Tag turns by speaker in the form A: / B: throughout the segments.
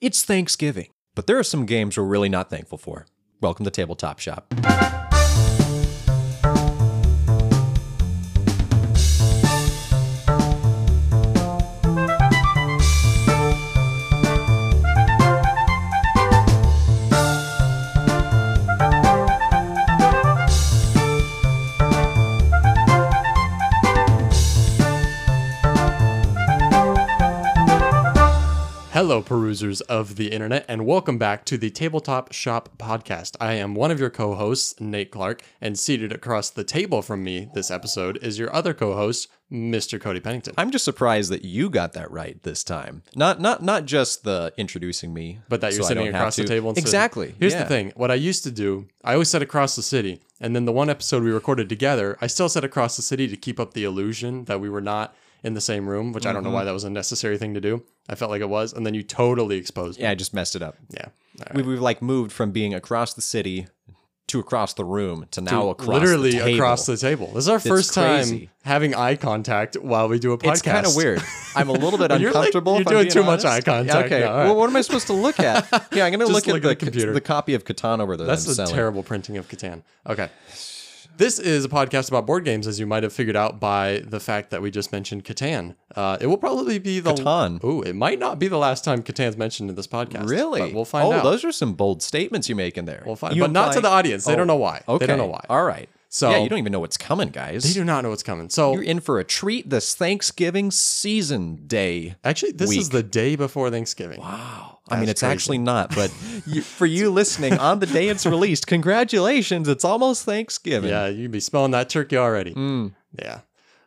A: It's Thanksgiving, but there are some games we're really not thankful for. Welcome to Tabletop Shop.
B: Hello, perusers of the internet, and welcome back to the Tabletop Shop Podcast. I am one of your co hosts, Nate Clark, and seated across the table from me this episode is your other co host, Mr. Cody Pennington.
A: I'm just surprised that you got that right this time. Not not not just the introducing me,
B: But that you're
A: so I
B: sitting
A: don't have
B: across the
A: to-
B: table. And sitting-
A: exactly.
B: Here's
A: yeah.
B: the thing: what I used to do, I always said across the city, and then the one episode we recorded together, I still said across the city to keep up the illusion that we were not in the same room, which I don't know
A: Mm-hmm.
B: why that was a necessary thing to do. I felt like it was, and then you totally exposed. me.
A: Yeah, I just messed it up.
B: Yeah. All
A: We, we've like moved from being across the city to across the room to now across
B: literally
A: the table.
B: across the table. This is our first
A: crazy.
B: time having eye contact while we do a podcast.
A: It's kind of weird. I'm a little bit
B: You're like-
A: uncomfortable.
B: you're
A: if I'm
B: doing
A: being
B: too much
A: honest.
B: eye contact
A: Okay.
B: now, all
A: Well,
B: right.
A: what am I supposed to look at? Yeah, I'm going to look,
B: look
A: at the,
B: at the computer.
A: the copy of Catan over there.
B: That's
A: that I'm
B: the
A: selling.
B: terrible printing of Catan. Okay. This is a podcast about board games, as you might have figured out by the fact that we just mentioned Catan. Uh, it will probably be the
A: Catan.
B: Ooh, it might not be the last time Catan's mentioned in this podcast.
A: Really?
B: But we'll find
A: oh,
B: out.
A: those are some bold statements you make in there.
B: we'll find,
A: You
B: but not to
A: imply-
B: the audience. They
A: Oh,
B: don't know why.
A: Okay.
B: They don't know why.
A: All right.
B: So-
A: yeah, you don't even know what's coming, guys.
B: They do not know what's coming. So
A: You're in for a treat this Thanksgiving season day.
B: actually, this is
A: weak.
B: the day before Thanksgiving.
A: Wow. I mean, it's
B: That's crazy.
A: actually not, but you, for you listening on the day it's released, congratulations. It's almost Thanksgiving. Hmm.
B: Yeah, you'd be smelling that turkey already. Yeah.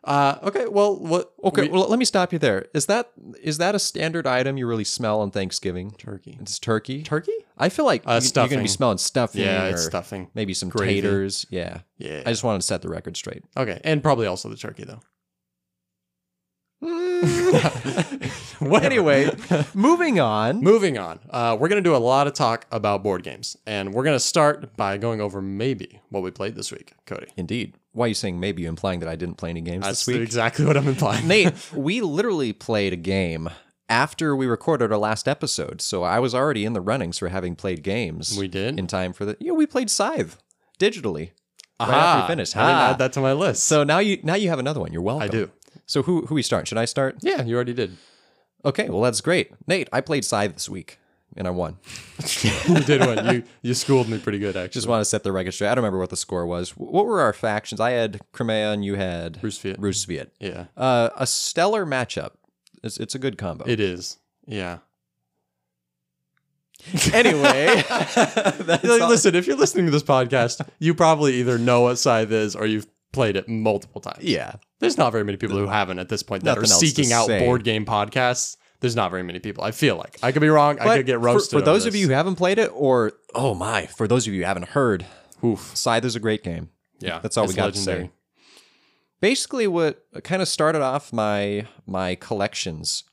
B: Uh, okay. Well, what?
A: Mm. Okay,
B: we-
A: well, let me stop you there. Is that is that a standard item you really smell on Thanksgiving?
B: turkey.
A: It's turkey.
B: Turkey? Uh,
A: I feel like you- you're going to
B: stuffing.
A: be smelling stuffing.
B: Yeah, it's
A: or
B: stuffing.
A: Maybe some
B: Gravy.
A: taters. Yeah.
B: Yeah.
A: I just wanted to set the record straight.
B: okay, and probably also the turkey though.
A: Well, anyway, moving on.
B: Moving on, uh, we're going to do a lot of talk about board games, and we're going to start by going over maybe what we played this week, Cody.
A: Indeed. Why are you saying maybe? You're implying that I didn't play any games
B: That's
A: this week.
B: exactly what I'm implying.
A: Nate, we literally played a game after we recorded our last episode, so I was already in the runnings for having played games.
B: We did?
A: in time for the. Yeah, we played Scythe digitally right
B: Aha,
A: after we finished.
B: I didn't
A: Ah.
B: add that to my list.
A: So now you now you have another one. You're welcome.
B: I do.
A: So who who we start? Should I start?
B: Yeah, you already did.
A: Okay, well that's great. Nate, I played Scythe this week and I won.
B: you did one. You you schooled me pretty good actually.
A: Just want to set the record straight. I don't remember what the score was. Wh- What were our factions? I had Crimea and you had
B: Rusviet.
A: Rusviet.
B: yeah,
A: Uh, a stellar matchup. It's, it's a good combo.
B: it is. Yeah.
A: anyway,
B: Like,
A: that's all-
B: listen, if you're listening to this podcast, you probably either know what Scythe is or you've played it multiple times.
A: yeah.
B: There's not very many people who haven't at this point that
A: Nothing
B: are
A: else to
B: seeking out
A: say.
B: board game podcasts. There's not very many people. I feel like I could be wrong. I could get
A: for-
B: roasted
A: For,
B: over
A: those of
B: this.
A: you who haven't played it, or oh my, for those of you who haven't heard,
B: Oof.
A: Scythe is a great game.
B: Yeah,
A: That's all we
B: it's
A: got to say. Basically, what kind of started off my my collections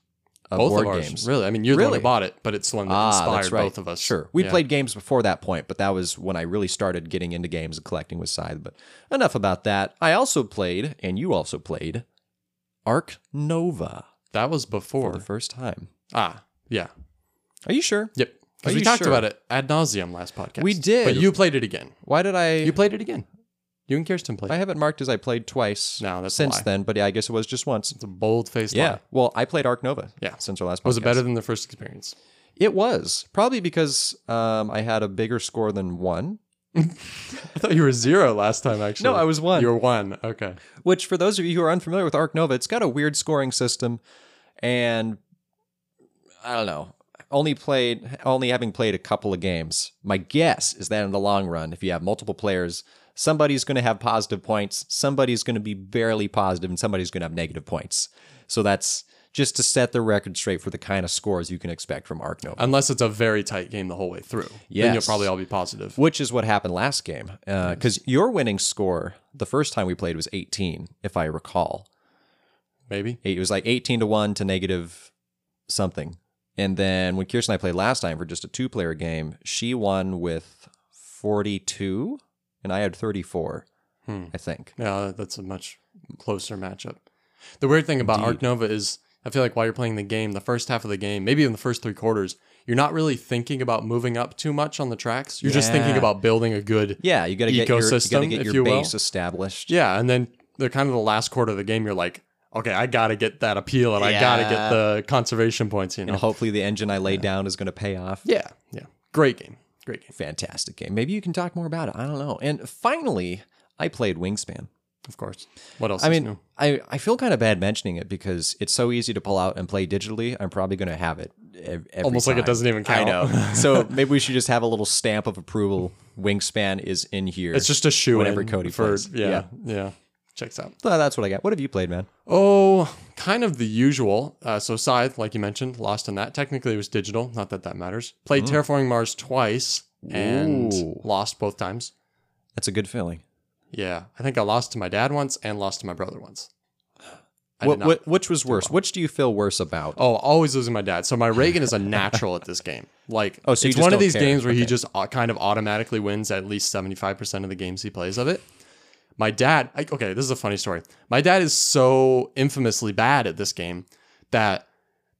A: of
B: Both
A: Uh, board
B: of ours,
A: games.
B: really. I mean, you're the one
A: Really?
B: who bought it, but it's the one that
A: Ah,
B: inspired
A: that's right.
B: both of us.
A: Sure, we
B: Yeah.
A: played games before that point, but that was when I really started getting into games and collecting with Scythe. But enough about that. I also played, and you also played, Arc Nova
B: That was
A: for
B: before.
A: the first time.
B: Ah, yeah.
A: Are you sure?
B: Yep.
A: Are
B: Because we
A: you
B: talked
A: sure?
B: about it ad nauseum last podcast.
A: We did.
B: But you played it again.
A: Why did I?
B: You played it again. You and Kirsten played.
A: I
B: it.
A: haven't marked as I played twice
B: No, that's a
A: since
B: lie.
A: then, but yeah, I guess it was just once.
B: It's a bold faced
A: Yeah. Well, I played Arc Nova.
B: Yeah.
A: Since our last podcast.
B: Was it better than the first experience?
A: It was. Probably because um, I had a bigger score than one,
B: I thought you were zero last time, actually.
A: No, I was one.
B: You were one. Okay.
A: which for those of you who are unfamiliar with Arc Nova, it's got a weird scoring system and I don't know. Only played only having played a couple of games. My guess is that in the long run, if you have multiple players, somebody's going to have positive points, somebody's going to be barely positive and somebody's going to have negative points. So that's just to set the record straight for the kind of scores you can expect from Arc Nova.
B: Unless it's a very tight game the whole way through. Then you'll
A: Yes.
B: probably all be positive.
A: which is what happened last game because your winning score the first time we played was 18 if i recall
B: Maybe.
A: it was like 18 to 1 to negative something and then when kirsten and i played last time for just a two player game she won with 42 and i had 34
B: Hmm.
A: i think
B: Yeah, that's a much closer matchup. The weird thing about Arc Nova is I feel like while you're playing the game, the first half of the game, maybe even the first three quarters, you're not really thinking about moving up too much on the tracks. You're just thinking
A: Yeah.
B: about building a good
A: Yeah, you got to get your, you gotta
B: Ecosystem,
A: get
B: if
A: your
B: you will.
A: base established.
B: Yeah, and then they're kind of the last quarter of the game. You're like, okay, I gotta get that appeal, and I gotta get
A: Yeah.
B: the conservation points. You
A: And
B: know.
A: hopefully the engine I laid down is going to pay off.
B: Yeah, yeah. Great game. Great game.
A: Fantastic game. Maybe you can talk more about it. I don't know. And finally, I played Wingspan.
B: Of course. What else?
A: I
B: is
A: mean,
B: new?
A: I, I feel kind of bad mentioning it because it's so easy to pull out and play digitally. I'm probably going to have it ev- every
B: almost like it
A: time.
B: doesn't even
A: I
B: count.
A: know. so maybe we should just have a little stamp of approval. Wingspan is in here.
B: it's just a shoe
A: Whenever Cody
B: for
A: plays.
B: yeah, yeah, Checks out.
A: So that's what I got. What have you played, man?
B: Oh, kind of the usual. Uh, so Scythe, like you mentioned, lost in that. Technically, it was digital. Not that that matters. Played Terraforming Mars twice and
A: Mm-hmm. Ooh.
B: lost both times.
A: That's a good feeling.
B: Yeah, I think I lost to my dad once and lost to my brother once. I
A: What,
B: did not-
A: what, which was worse? Which do you feel worse about?
B: Oh, always losing my dad. So my Reagan is a natural at this game. Like,
A: Oh, so you
B: it's
A: just
B: one of
A: don't
B: these
A: care.
B: games where he
A: Okay.
B: just au- kind of automatically wins at least seventy five percent of the games he plays of it. My dad, I, okay, this is a funny story. My dad is so infamously bad at this game that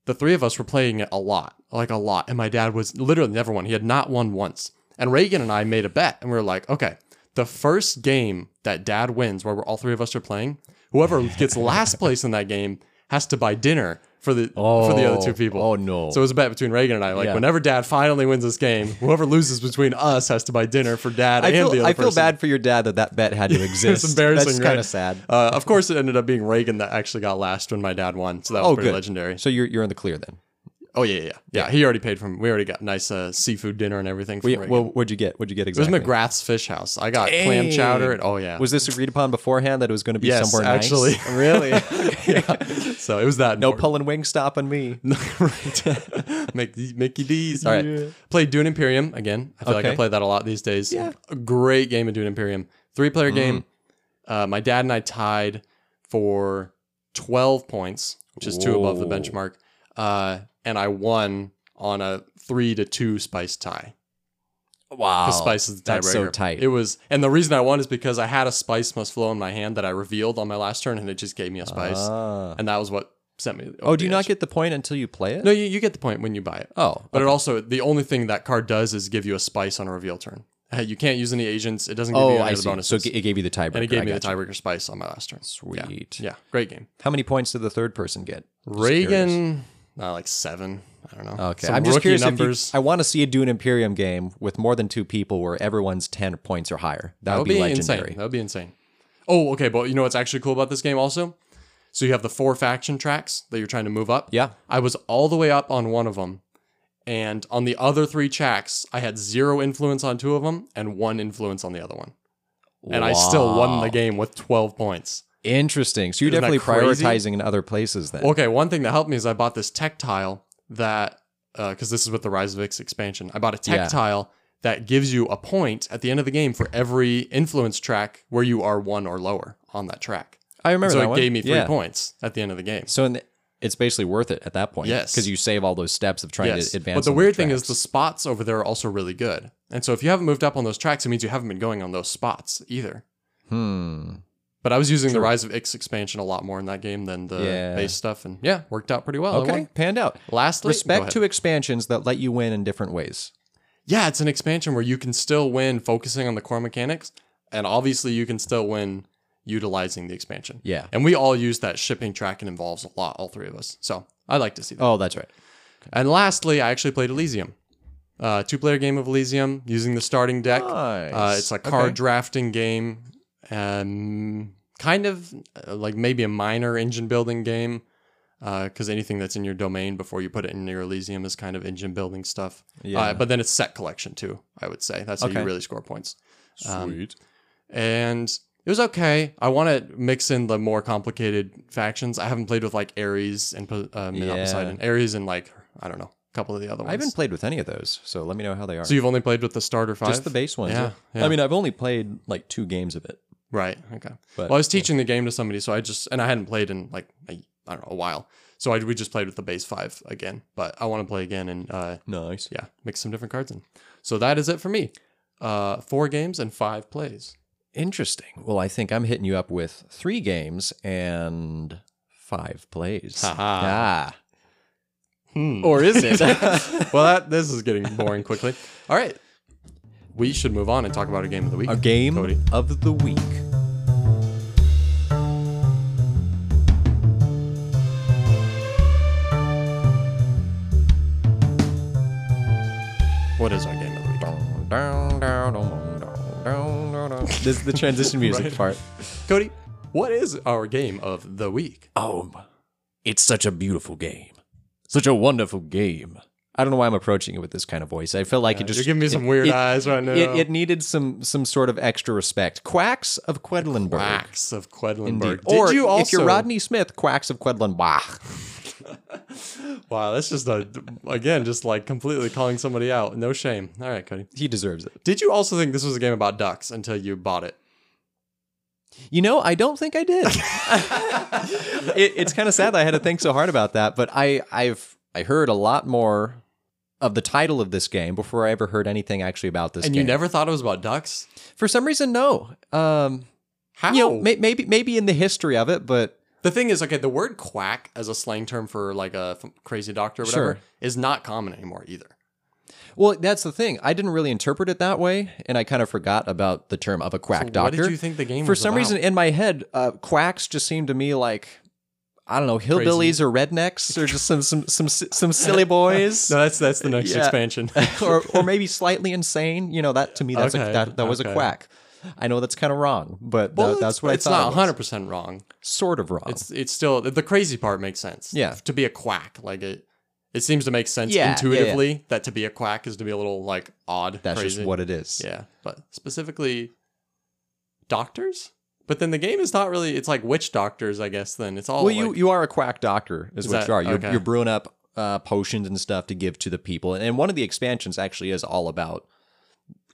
B: the three of us were playing it a lot, like a lot. And my dad was literally never won. He had not won once. And Reagan and I made a bet, and we were like, okay, the first game that dad wins, where we're, all three of us are playing, whoever gets last place in that game has to buy dinner for the for the other two people.
A: Oh, no.
B: So it was a bet between Reagan and I. Like
A: Yeah.
B: whenever Dad finally wins this game, whoever loses between us has to buy dinner for Dad
A: I
B: and the
A: feel,
B: other
A: I feel
B: person.
A: bad for your dad that that bet had to exist.
B: It's embarrassing.
A: That's
B: right?
A: kind of sad.
B: Uh, of course, it ended up being Reagan that actually got last when my dad won. So that was
A: Oh,
B: pretty
A: good.
B: legendary.
A: So you're, you're in the clear then.
B: Oh yeah, yeah, yeah, yeah. He already paid for. We already got nice uh, seafood dinner and everything. From
A: Yeah,
B: Reagan.
A: well, what'd you get? What'd you get
B: it was
A: exactly?
B: McGrath's Fish House. I got clam
A: Dang.
B: chowder. And, oh yeah,
A: Was this agreed upon beforehand that it was going to be
B: Yes,
A: somewhere nice?
B: actually.
A: Really?
B: so it was that.
A: No
B: important.
A: pulling wing stop on me.
B: right. Make Mickey D's. All right.
A: Yeah.
B: Play Dune Imperium again. I feel like I
A: Okay.
B: play that a lot these days.
A: Yeah. Mm.
B: A great game of Dune Imperium. Three player game. Uh, my dad and I tied for 12 points, which is two above the
A: Whoa.
B: benchmark. Uh, and I won on a three to two spice tie.
A: Wow.
B: The spice is the
A: Oh,
B: tiebreaker.
A: that's so tight.
B: It was, and the reason I won is because I had a spice must flow in my hand that I revealed on my last turn, and it just gave me a spice,
A: Ah.
B: and that was what sent me.
A: Oh, do you not get the point until you play it?
B: No, you, you get the point when you buy it.
A: Oh,
B: But it also the only thing that card does is give you a spice on a reveal turn. Uh, You can't use any agents. It doesn't give you
A: oh,
B: any
A: I
B: other
A: see.
B: bonuses.
A: So it g- it gave you the tiebreaker.
B: and it gave
A: I
B: me the
A: gotcha.
B: tiebreaker spice on my last turn.
A: Sweet.
B: Yeah, great game.
A: How many points did the third person get? Just curious.
B: Reagan, uh, like seven. I don't know.
A: Okay,
B: Some
A: I'm just
B: rookie
A: curious. if you-
B: numbers.
A: I want to see a Dune Imperium game with more than two people where everyone's ten points or higher. That
B: that
A: would
B: would
A: be,
B: be,
A: legendary.
B: insane. That would be insane. Oh, okay. But you know what's actually cool about this game also? So you have the four faction tracks that you're trying to move up.
A: Yeah.
B: I was all the way up on one of them. And on the other three tracks, I had zero influence on two of them and one influence on the other one. and I still won the
A: Wow.
B: game with 12 points.
A: Interesting. So you're
B: Isn't that
A: definitely
B: crazy? Oh,
A: prioritizing in other places then.
B: Okay, one thing that helped me is I bought this tech tile that, because this is with the Rise of X expansion, I bought a tech
A: Yeah.
B: tile that gives you a point at the end of the game for every influence track where you are one or lower on that track.
A: I remember
B: So
A: that
B: it
A: one.
B: gave me three
A: Yeah.
B: points at the end of the game.
A: So in the, it's basically worth it at that point.
B: Yes.
A: because you save all those steps of trying
B: Yes.
A: to advance.
B: But the
A: on
B: weird thing
A: tracks.
B: is the spots over there are also really good. And so if you haven't moved up on those tracks, it means you haven't been going on those spots either.
A: hmm.
B: But I was using the Rise of X expansion a lot more in that game than the
A: Yeah.
B: base stuff, and yeah, worked out pretty well. I
A: Okay,
B: won.
A: panned out.
B: Lastly, Uh, go
A: Respect
B: ahead.
A: to expansions that let you win in different ways.
B: yeah, it's an expansion where you can still win focusing on the core mechanics, and obviously you can still win utilizing the expansion.
A: Yeah.
B: and we all use that shipping track and involves a lot, all three of us. So I like to see that.
A: Oh, that's right.
B: And lastly, I actually played Elysium, uh, two-player game of Elysium using the starting deck. Uh,
A: Nice.
B: it's a
A: Okay.
B: card drafting game, um, kind of uh, like maybe a minor engine building game, because anything that's in your domain before you put it in your Elysium is kind of engine building stuff. Uh,
A: Yeah.
B: but then it's set collection too. I would say that's how
A: Okay.
B: you really score points. Um,
A: Sweet.
B: and it was okay. I want to mix in the more complicated factions. I haven't played with like Ares and Po- um,
A: Yeah.
B: not Poseidon. Ares and like I don't know, a couple of the other ones.
A: I haven't played with any of those, so let me know how they are.
B: so you've only played with the starter five,
A: Just the base ones.
B: Yeah,
A: Yeah,
B: yeah.
A: I mean, I've only played like two games of it.
B: right? Okay.
A: But
B: well, I was teaching the game to somebody, so I just and I hadn't played in like a, I don't know a while, so I, we just played with the base five again. But I want to play again and uh,
A: nice.
B: yeah, mix some different cards in. So that is it for me. Uh, four games and five plays.
A: Interesting. Well, I think I'm hitting you up with three games and five plays.
B: Ha ha.
A: Ah.
C: Or is it?
B: Well, that this is getting boring quickly. All right. We should move on and talk about a game of the week.
A: A game
B: Cody.
A: of the week.
B: What is our game of the week?
A: This is the transition music
B: Right.
A: part.
B: Cody, what is our game of the week?
A: Oh, it's such a beautiful game. Such a wonderful game. I don't know why I'm approaching it with this kind of voice. I feel like it just
B: You're giving me
A: it-
B: some weird
A: it-
B: eyes right now.
A: It, it needed some some sort of extra respect. Quacks of Quedlinburg.
B: Quacks of
A: Indeed.
B: Quedlinburg. Did
A: Or
B: you also?
A: if you're Rodney Smith, Quacks of Quedlinburg.
B: Wow, that's just a again, just like completely calling somebody out. No shame. All right, Cody.
A: He deserves it.
B: Did you also think this was a game about ducks until you bought it?
A: You know, I don't think I did. it, it's kind of sad that I had to think so hard about that, but I I've I heard a lot more of the title of this game before I ever heard anything actually about this
B: And
A: game.
B: you never thought it was about ducks?
A: For some reason, no. Um,
B: How?
A: you know, may, maybe maybe in the history of it, but
B: the thing is, okay, the word quack as a slang term for like a f- crazy doctor or whatever
A: Sure.
B: is not common anymore either.
A: well, that's the thing. I didn't really interpret it that way, and I kind of forgot about the term of a quack
B: So
A: doctor.
B: What did you think the game
A: For
B: was
A: some
B: about?
A: reason, in my head, uh, quacks just seemed to me like I don't know, hillbillies or rednecks or just some some some si- some silly boys.
B: No, that's that's the next
A: Yeah.
B: expansion.
A: or, or maybe slightly insane. You know, that to me, that's
B: Okay,
A: a, that, that was a
B: okay.
A: quack. I know that's kind of wrong, but
B: Well,
A: that, that's what I
B: it's
A: thought. it
B: not
A: was.
B: 100 percent wrong.
A: Sort of wrong.
B: It's it's still the crazy part makes sense.
A: Yeah.
B: to be a quack like it. It seems to make sense
A: Yeah, yeah, yeah.
B: intuitively that to be a quack is to be a little like odd.
A: that's
B: crazy.
A: just what it is.
B: Yeah, but specifically doctors. But then the game is not really. It's like witch doctors, I guess. Then it's all.
A: Well, you,
B: like-
A: you are a quack doctor, is,
B: Is
A: what
B: that-
A: you are. You're,
B: okay.
A: you're brewing up uh, potions and stuff to give to the people. And one of the expansions actually is all about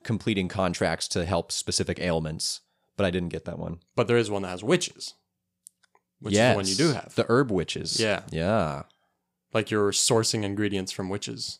A: completing contracts to help specific ailments, but I didn't get that one.
B: but there is one that has witches, which is the one you
A: Yes,
B: do have.
A: The herb witches.
B: Yeah.
A: Yeah.
B: like you're sourcing ingredients from witches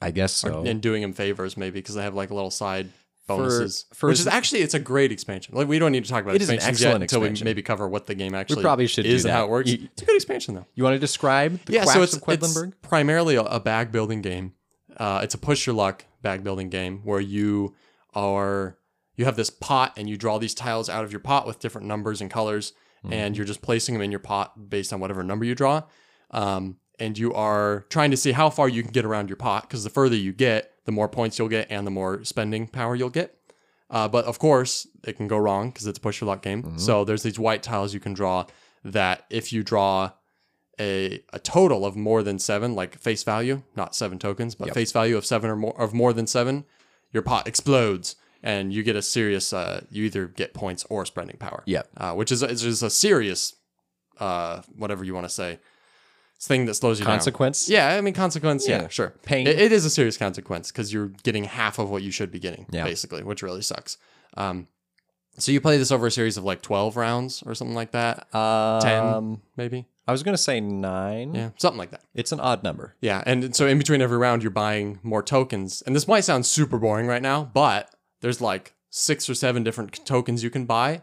A: I guess
B: or-
A: so.
B: and doing them favors, maybe because they have like little side
A: For-
B: bonuses,
A: for-
B: which is actually it's a great expansion. Like we don't need to talk about
A: It is an
B: expansions
A: excellent
B: yet until
A: expansion.
B: we maybe cover what the game actually
A: probably should
B: is
A: do
B: and how
A: that.
B: it works.
A: You-
B: it's a good expansion though.
A: you want to describe the
B: yeah,
A: quacks
B: so it's,
A: of
B: it's
A: Quedlinburg?
B: primarily a, a bag building game. Uh, it's a push your luck bag building game where you are you have this pot and you draw these tiles out of your pot with different numbers and colors,
A: Mm-hmm.
B: and you're just placing them in your pot based on whatever number you draw. Um, and you are trying to see how far you can get around your pot because the further you get, the more points you'll get and the more spending power you'll get. Uh, but of course, it can go wrong because it's a push your luck game. So there's these white tiles you can draw that if you draw a, a total of more than seven, like face value, not seven tokens, but face value of seven or more of more than seven, your pot explodes and you get a serious. Uh, you either get points or spending power.
A: Yep.
B: uh, which is is just a serious, uh, whatever you want to say, thing that slows you down.
A: Consequence?
B: Yeah, I mean consequence. Yeah,
A: Yeah.
B: sure.
A: Pain.
B: It, it is a serious consequence because you're getting half of what you should be getting,
A: Yeah.
B: basically, which really sucks. Um, so you play this over a series of like twelve rounds or something like that,
A: Um,
B: maybe.
A: I was going to say nine.
B: Yeah, something like that.
A: It's an odd number.
B: Yeah, and so in between every round, you're buying more tokens. And this might sound super boring right now, but there's like six or seven different tokens you can buy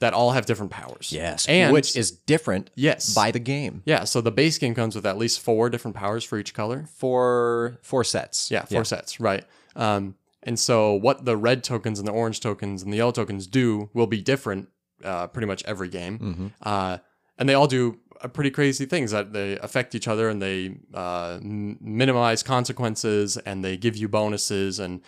B: that all have different powers. and
A: which is different
B: yes,
A: by the game.
B: yeah. So the base game comes with at least four different powers for each color.
A: Four four sets.
B: Yeah, four sets, right? Um, and so what the red tokens and the orange tokens and the yellow tokens do will be different, uh, pretty much every game.
A: Mm. Mm-hmm.
B: Uh, and they all do uh, pretty crazy things that they affect each other and they uh, m- minimize consequences and they give you bonuses and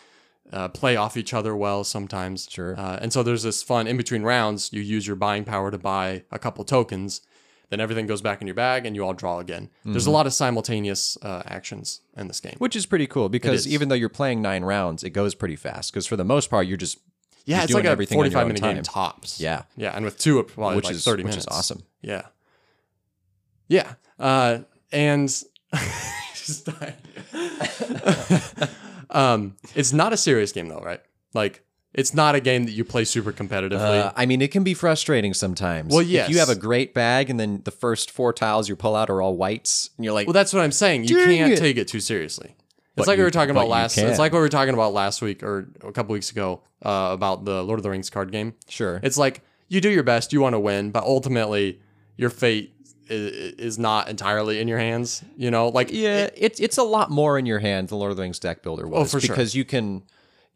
B: uh, play off each other well sometimes.
A: Sure.
B: Uh, and so there's this fun in between rounds. You use your buying power to buy a couple tokens. Then everything goes back in your bag and you all draw again. There's a lot of simultaneous uh, actions in this game.
A: Which is pretty cool because
B: is.
A: even though you're playing nine rounds, it goes pretty fast. Because for the most part, you're just
B: Yeah,
A: You're
B: it's
A: doing
B: like a
A: everything on your
B: forty-five
A: own
B: minute
A: time.
B: game tops.
A: yeah,
B: yeah, and with two, it probably
A: which
B: like
A: is
B: thirty
A: which
B: minutes.
A: is awesome.
B: Yeah, yeah, uh, and just died. um, it's not a serious game though, right? Like, it's not a game that you play super competitively.
A: Uh, I mean, it can be frustrating sometimes.
B: Well,
A: if you have a
B: yes.
A: great bag and then the first four tiles you pull out are all whites, and you're like,
B: well, that's what I'm saying. You
A: Dang
B: can't
A: it.
B: take it too seriously.
A: But
B: It's like we
A: you-
B: were talking
A: but
B: about
A: you
B: last.
A: can.
B: It's like what we were talking about last week or a couple weeks ago uh, about the Lord of the Rings card game.
A: sure,
B: It's like you do your best, you want to win, but ultimately your fate i- i- is not entirely in your hands. You know, like
A: Yeah, it's it's a lot more in your hand than Lord of the Rings deck builder was.
B: Oh, for sure.
A: Because you can,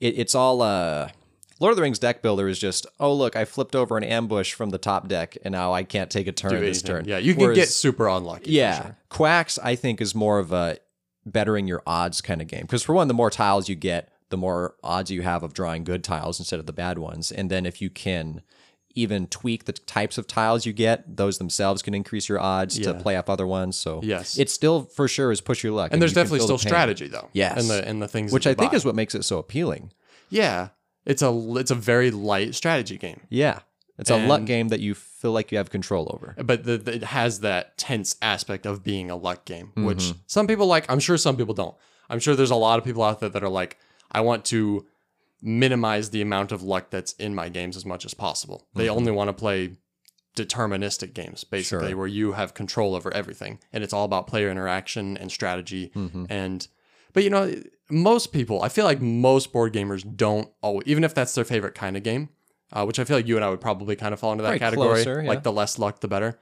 A: it, it's all. uh Lord of the Rings deck builder is just, oh look, I flipped over an ambush from the top deck, and now I can't take a turn this
B: anything.
A: turn.
B: Yeah, you can get
A: Whereas-
B: super unlucky. for
A: yeah,
B: sure.
A: Quacks I think is more of a bettering your odds kind of game. Because for one, the more tiles you get, the more odds you have of drawing good tiles instead of the bad ones. And then if you can even tweak the types of tiles you get, those themselves can increase your odds to
B: Yeah.
A: play off other ones. So
B: Yes.
A: it still for sure is push your luck.
B: and there's
A: you can
B: definitely
A: feel the
B: still
A: pain.
B: strategy though.
A: Yes.
B: and the and the things
A: which I
B: that you
A: think
B: buy.
A: is what makes it so appealing.
B: yeah, it's a it's a very light strategy game.
A: Yeah, it's a luck
B: And-
A: game that you feel like you have control over.
B: but the, the, it has that tense aspect of being a luck game, which some people like. I'm sure some people don't. I'm sure there's a lot of people out there that are like, I want to minimize the amount of luck that's in my games as much as possible. They only want to play deterministic games, basically,
A: Sure.
B: where you have control over everything, and it's all about player interaction and strategy.
A: Mm-hmm.
B: And but you know, most people, I feel like most board gamers don't always, even if that's their favorite kind of game. Uh, which I feel like you and I would probably kind of fall into that
A: Probably
B: category.
A: closer, yeah.
B: Like the less luck, the better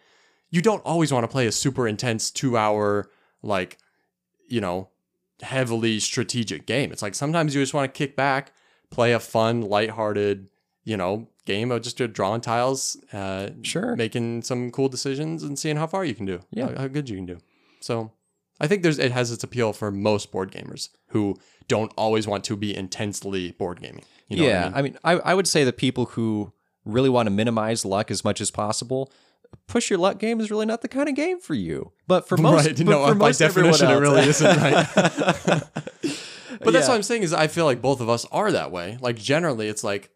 B: you don't always want to play a super intense two hour, like, you know, heavily strategic game. It's like sometimes you just want to kick back, play a fun, lighthearted, you know, game of just drawing tiles, uh,
A: Sure.
B: making some cool decisions and seeing how far you can do,
A: Yeah.
B: how, how good you can do. So I think there's it has its appeal for most board gamers who don't always want to be intensely board gaming. You know what I
A: yeah,
B: mean?
A: I mean, I, I would say the people who really want to minimize luck as much as possible, push your luck game is really not the kind of game for you. But for most,
B: right.
A: but
B: no,
A: for
B: by
A: most everyone
B: definition, it
A: else-
B: really isn't right. but that's
A: Yeah.
B: what I'm saying is I feel like both of us are that way. Like generally, it's like,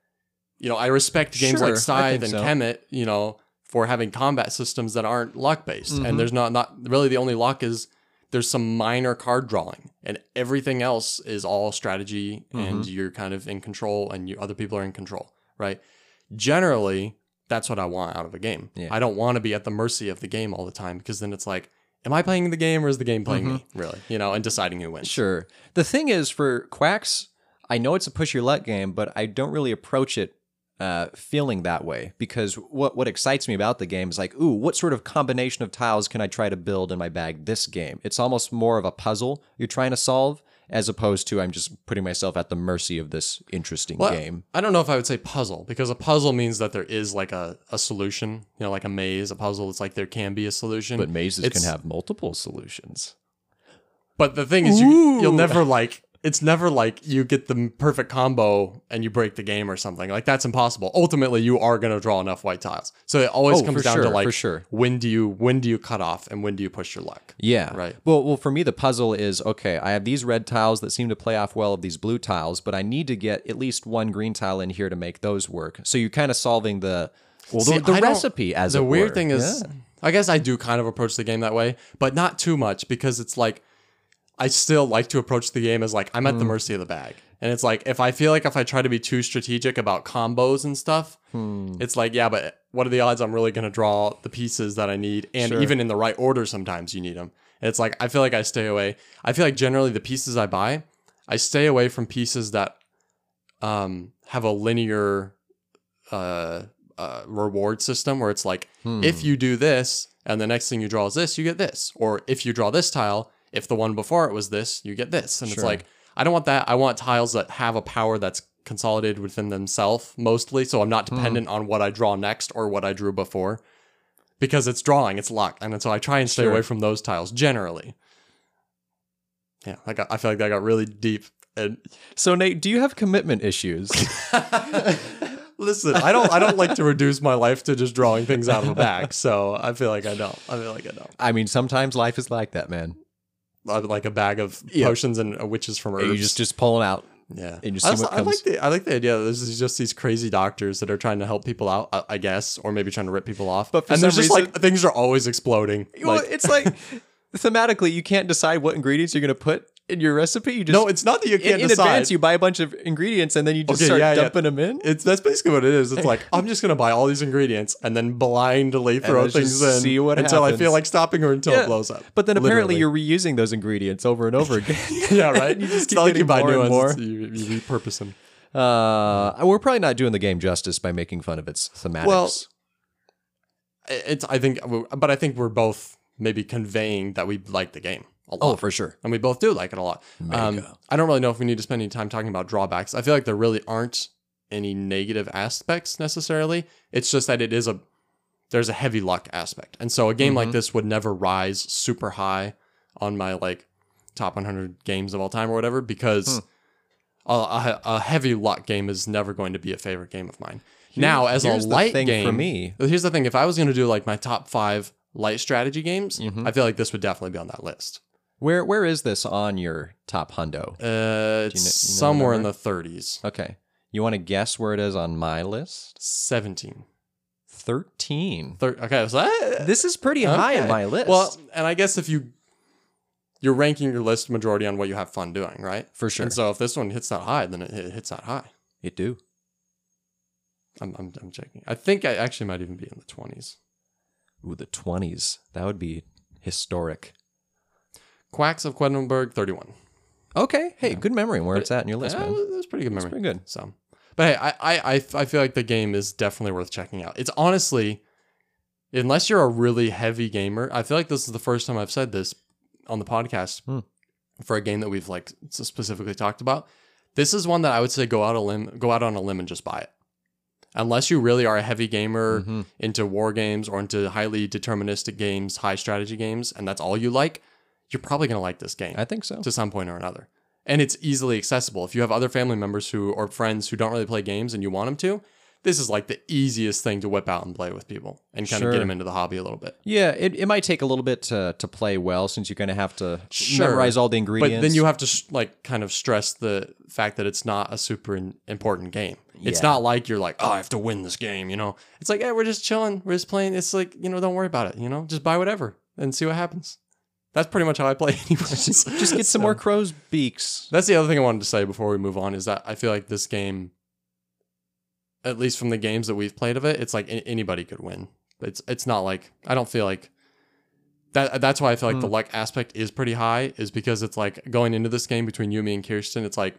B: you know, I respect games
A: Sure, I
B: like Scythe
A: think
B: and
A: so.
B: Kemet, you know, for having combat systems that aren't luck based.
A: Mm-hmm.
B: And there's not not really the only luck is there's some minor card drawing, and everything else is all strategy, and
A: Mm-hmm.
B: you're kind of in control, and you other people are in control, right? Generally, that's what I want out of a game.
A: Yeah.
B: I don't want to be at the mercy of the game all the time because then it's like, am I playing the game or is the game playing me?
A: Mm-hmm.
B: Really, you know, and deciding who wins.
A: Sure. The thing is, for Quacks, I know it's a push your luck game, but I don't really approach it uh, feeling that way because what what excites me about the game is like, ooh, what sort of combination of tiles can I try to build in my bag this game? It's almost more of a puzzle you're trying to solve as opposed to I'm just putting myself at the mercy of this interesting
B: Well,
A: game.
B: I don't know if I would say puzzle because a puzzle means that there is like a, a solution, you know, like a maze, a puzzle. It's like there can be a solution.
A: But mazes
B: it's-
A: can have multiple solutions.
B: But the thing is, you, you'll
A: Ooh.
B: never like. It's never like you get the m- perfect combo and you break the game or something. Like that's impossible. Ultimately, you are going to draw enough white tiles. So it always
A: Oh,
B: comes
A: for
B: down to
A: sure,
B: like
A: for sure.
B: when do you when do you cut off and when do you push your luck?
A: Yeah.
B: Right.
A: Well, well, for me, the puzzle is okay. I have these red tiles that seem to play off well of these blue tiles, but I need to get at least one green tile in here to make those work. So you're kind of solving the well,
B: See,
A: the, the
B: I don't-
A: recipe as
B: the
A: it
B: weird
A: were.
B: thing is i guess i do kind of approach the game that way but not too much because it's like i still like to approach the game as like i'm at
A: Mm.
B: the mercy of the bag and it's like if i feel like if i try to be too strategic about combos and stuff
A: Hmm.
B: it's like yeah but what are the odds i'm really going to draw the pieces that i need and even in the right order sometimes you need them and it's like i feel like i stay away i feel like generally the pieces i buy i stay away from pieces that um, have a linear uh, uh, reward system where it's like
A: Hmm.
B: if you do this and the next thing you draw is this, you get this, or if you draw this tile, if the one before it was this, you get this, and it's
A: Sure.
B: like I don't want that. I want tiles that have a power that's consolidated within themselves mostly, so I'm not
A: Hmm.
B: dependent on what I draw next or what I drew before. Because it's drawing, it's luck, and so I try and stay
A: Sure.
B: away from those tiles generally. Yeah, I got. I feel like that got really deep and
A: So Nate, do you have commitment issues?
B: Listen, I don't I don't like to reduce my life to just drawing things out of a bag. So I feel like I don't. I feel like I don't.
A: I mean, sometimes life is like that, man.
B: I like a bag of
A: Yeah.
B: potions and uh, witches from herbs.
A: You just just pulling out.
B: yeah.
A: and you
B: I,
A: see what
B: I like
A: comes.
B: the I like the idea that there's just these crazy doctors that are trying to help people out, I, I guess, or maybe trying to rip people off.
A: But for
B: and there's
A: some
B: just like things are always exploding.
A: well,
B: Like,
A: it's like thematically, you can't decide what ingredients you're going to put in your recipe. You just
B: no, it's not that you
A: in,
B: can't
A: in
B: decide.
A: advance you buy a bunch of ingredients and then you just
B: Okay,
A: start
B: yeah, yeah.
A: dumping them in.
B: it's that's basically what it is. It's like I'm just gonna buy all these ingredients and then blindly throw
A: let's
B: things
A: just
B: in
A: see what
B: until I feel
A: happens.
B: like stopping or until
A: Yeah.
B: it blows up.
A: But then apparently
B: Literally.
A: you're reusing those ingredients over and over again.
B: yeah, right.
A: You just
B: It's
A: keep
B: not like you
A: getting
B: buy
A: more
B: new
A: and
B: ones. You, you repurpose them.
A: uh, we're probably not doing the game justice by making fun of its thematics.
B: Well, it's I think, but I think we're both maybe conveying that we like the game a lot.
A: Oh, for sure.
B: and we both do like it a lot. Um,
A: Mega.
B: I don't really know if we need to spend any time talking about drawbacks. I feel like there really aren't any negative aspects necessarily. It's just that it is a there's a heavy luck aspect, and so a game like
A: Mhm.
B: this would never rise super high on my like top 100 games of all time or whatever because
A: Hmm.
B: a, a, a heavy luck game is never going to be a favorite game of mine. now, as
A: here's
B: a
A: the
B: light
A: thing
B: game
A: for me.
B: here's the thing: if I was going to do like my top five light strategy games,
A: Mhm.
B: I feel like this would definitely be on that list.
A: Where where is this on your top hundo?
B: Uh, it's
A: Do you kn- you know the
B: somewhere in the 30s.
A: Okay. You want to guess where it is on my list?
B: 17.
A: 13.
B: Thir- okay, so that,
A: This is pretty high on
B: okay.
A: my list.
B: Well, and I guess if you you're ranking your list majority on what you have fun doing, right?
A: for sure.
B: And so if this one hits that high, then it, it hits that high.
A: it do.
B: I'm, I'm I'm checking. I think I actually might even be in the 20s.
A: Ooh, the 20s. That would be historic.
B: Quacks of Quedlinburg, 31.
A: Okay. Hey, good memory on where it's at in your list,
B: Yeah,
A: man.
B: That's pretty good memory.
A: Pretty good.
B: So, but hey, I, I, I, I feel like the game is definitely worth checking out. It's honestly, unless you're a really heavy gamer, I feel like this is the first time I've said this on the podcast
A: Hmm.
B: for a game that we've like s- specifically talked about. This is one that I would say go out a limb, go out on a limb and just buy it. Unless you really are a heavy gamer
A: Mhm.
B: into war games or into highly deterministic games, high strategy games, and that's all you like, you're probably gonna like this game
A: I think so.
B: to some point or another. And it's easily accessible. If you have other family members who or friends who don't really play games and you want them to, this is like the easiest thing to whip out and play with people and kind of get
A: Sure.
B: them into the hobby a little bit.
A: Yeah, it, it might take a little bit to, to play well since you're going to have to
B: Sure.
A: memorize all the
B: But
A: ingredients.
B: then you have to sh- like kind of stress the fact that it's not a super in- important game. It's
A: Yeah.
B: not like you're like, oh, I have to win this game. You know, it's like, hey, we're just chilling, we're just playing. It's like, you know, don't worry about it. You know, just buy whatever and see what happens. That's pretty much how I play. Anyways.
A: just get some
B: So-
A: more crow's beaks.
B: That's the other thing I wanted to say before we move on is that I feel like this game, at least from the games that we've played of it, it's like a- anybody could win. It's it's not like I don't feel like that. That's why I feel like the luck aspect is pretty high, is because it's like going into this game between you, me, and Kirsten. It's like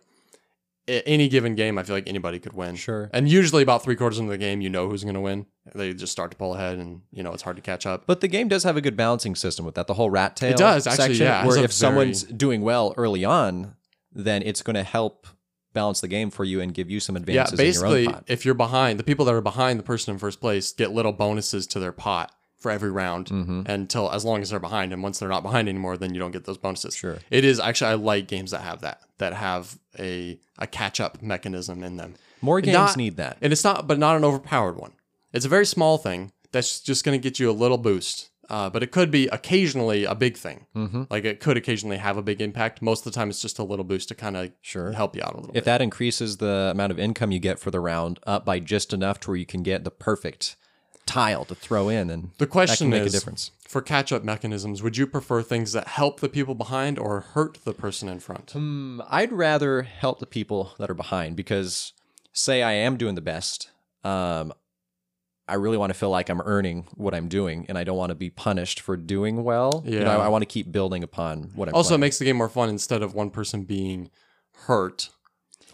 B: a- any given game, I feel like anybody could win.
A: Sure.
B: And usually about three quarters into the game, you know who's going to win. They just start to pull ahead, and you know it's hard to catch up.
A: But the game does have a good balancing system with that. The whole rat tail.
B: It does, actually,
A: section,
B: yeah. It's
A: Where
B: a
A: if
B: very-
A: someone's doing well early on, then it's going to help balance the game for you and give you some
B: Yeah,
A: advances in
B: basically,
A: your own pot.
B: if you're behind, the people that are behind the person in first place get little bonuses to their pot for every round
A: Mhm.
B: until as long as they're behind. And once they're not behind anymore, then you don't get those bonuses.
A: Sure.
B: It is actually I like games that have that that have a a catch up mechanism in them,
A: More games
B: not-
A: need that.
B: and it's not but not an overpowered one. It's a very small thing that's just going to get you a little boost, uh, but it could be occasionally a big thing.
A: Mhm.
B: Like it could occasionally have a big impact. Most of the time, it's just a little boost to kind of
A: Sure.
B: help you out a little bit.
A: If that increases the amount of income you get for the round up by just enough to where you can get the perfect tile to throw in, and
B: The question
A: that can make
B: is,
A: a difference.
B: for catch up mechanisms, would you prefer things that help the people behind or hurt the person in front?
A: Mm, I'd rather help the people that are behind because, say, I am doing the best. Um, I really want to feel like I'm earning what I'm doing, and I don't want to be punished for doing well. You know,
B: Yeah.
A: I, I want to keep building upon what I'm.
B: Also, it
A: playing.
B: makes the game more fun instead of one person being hurt,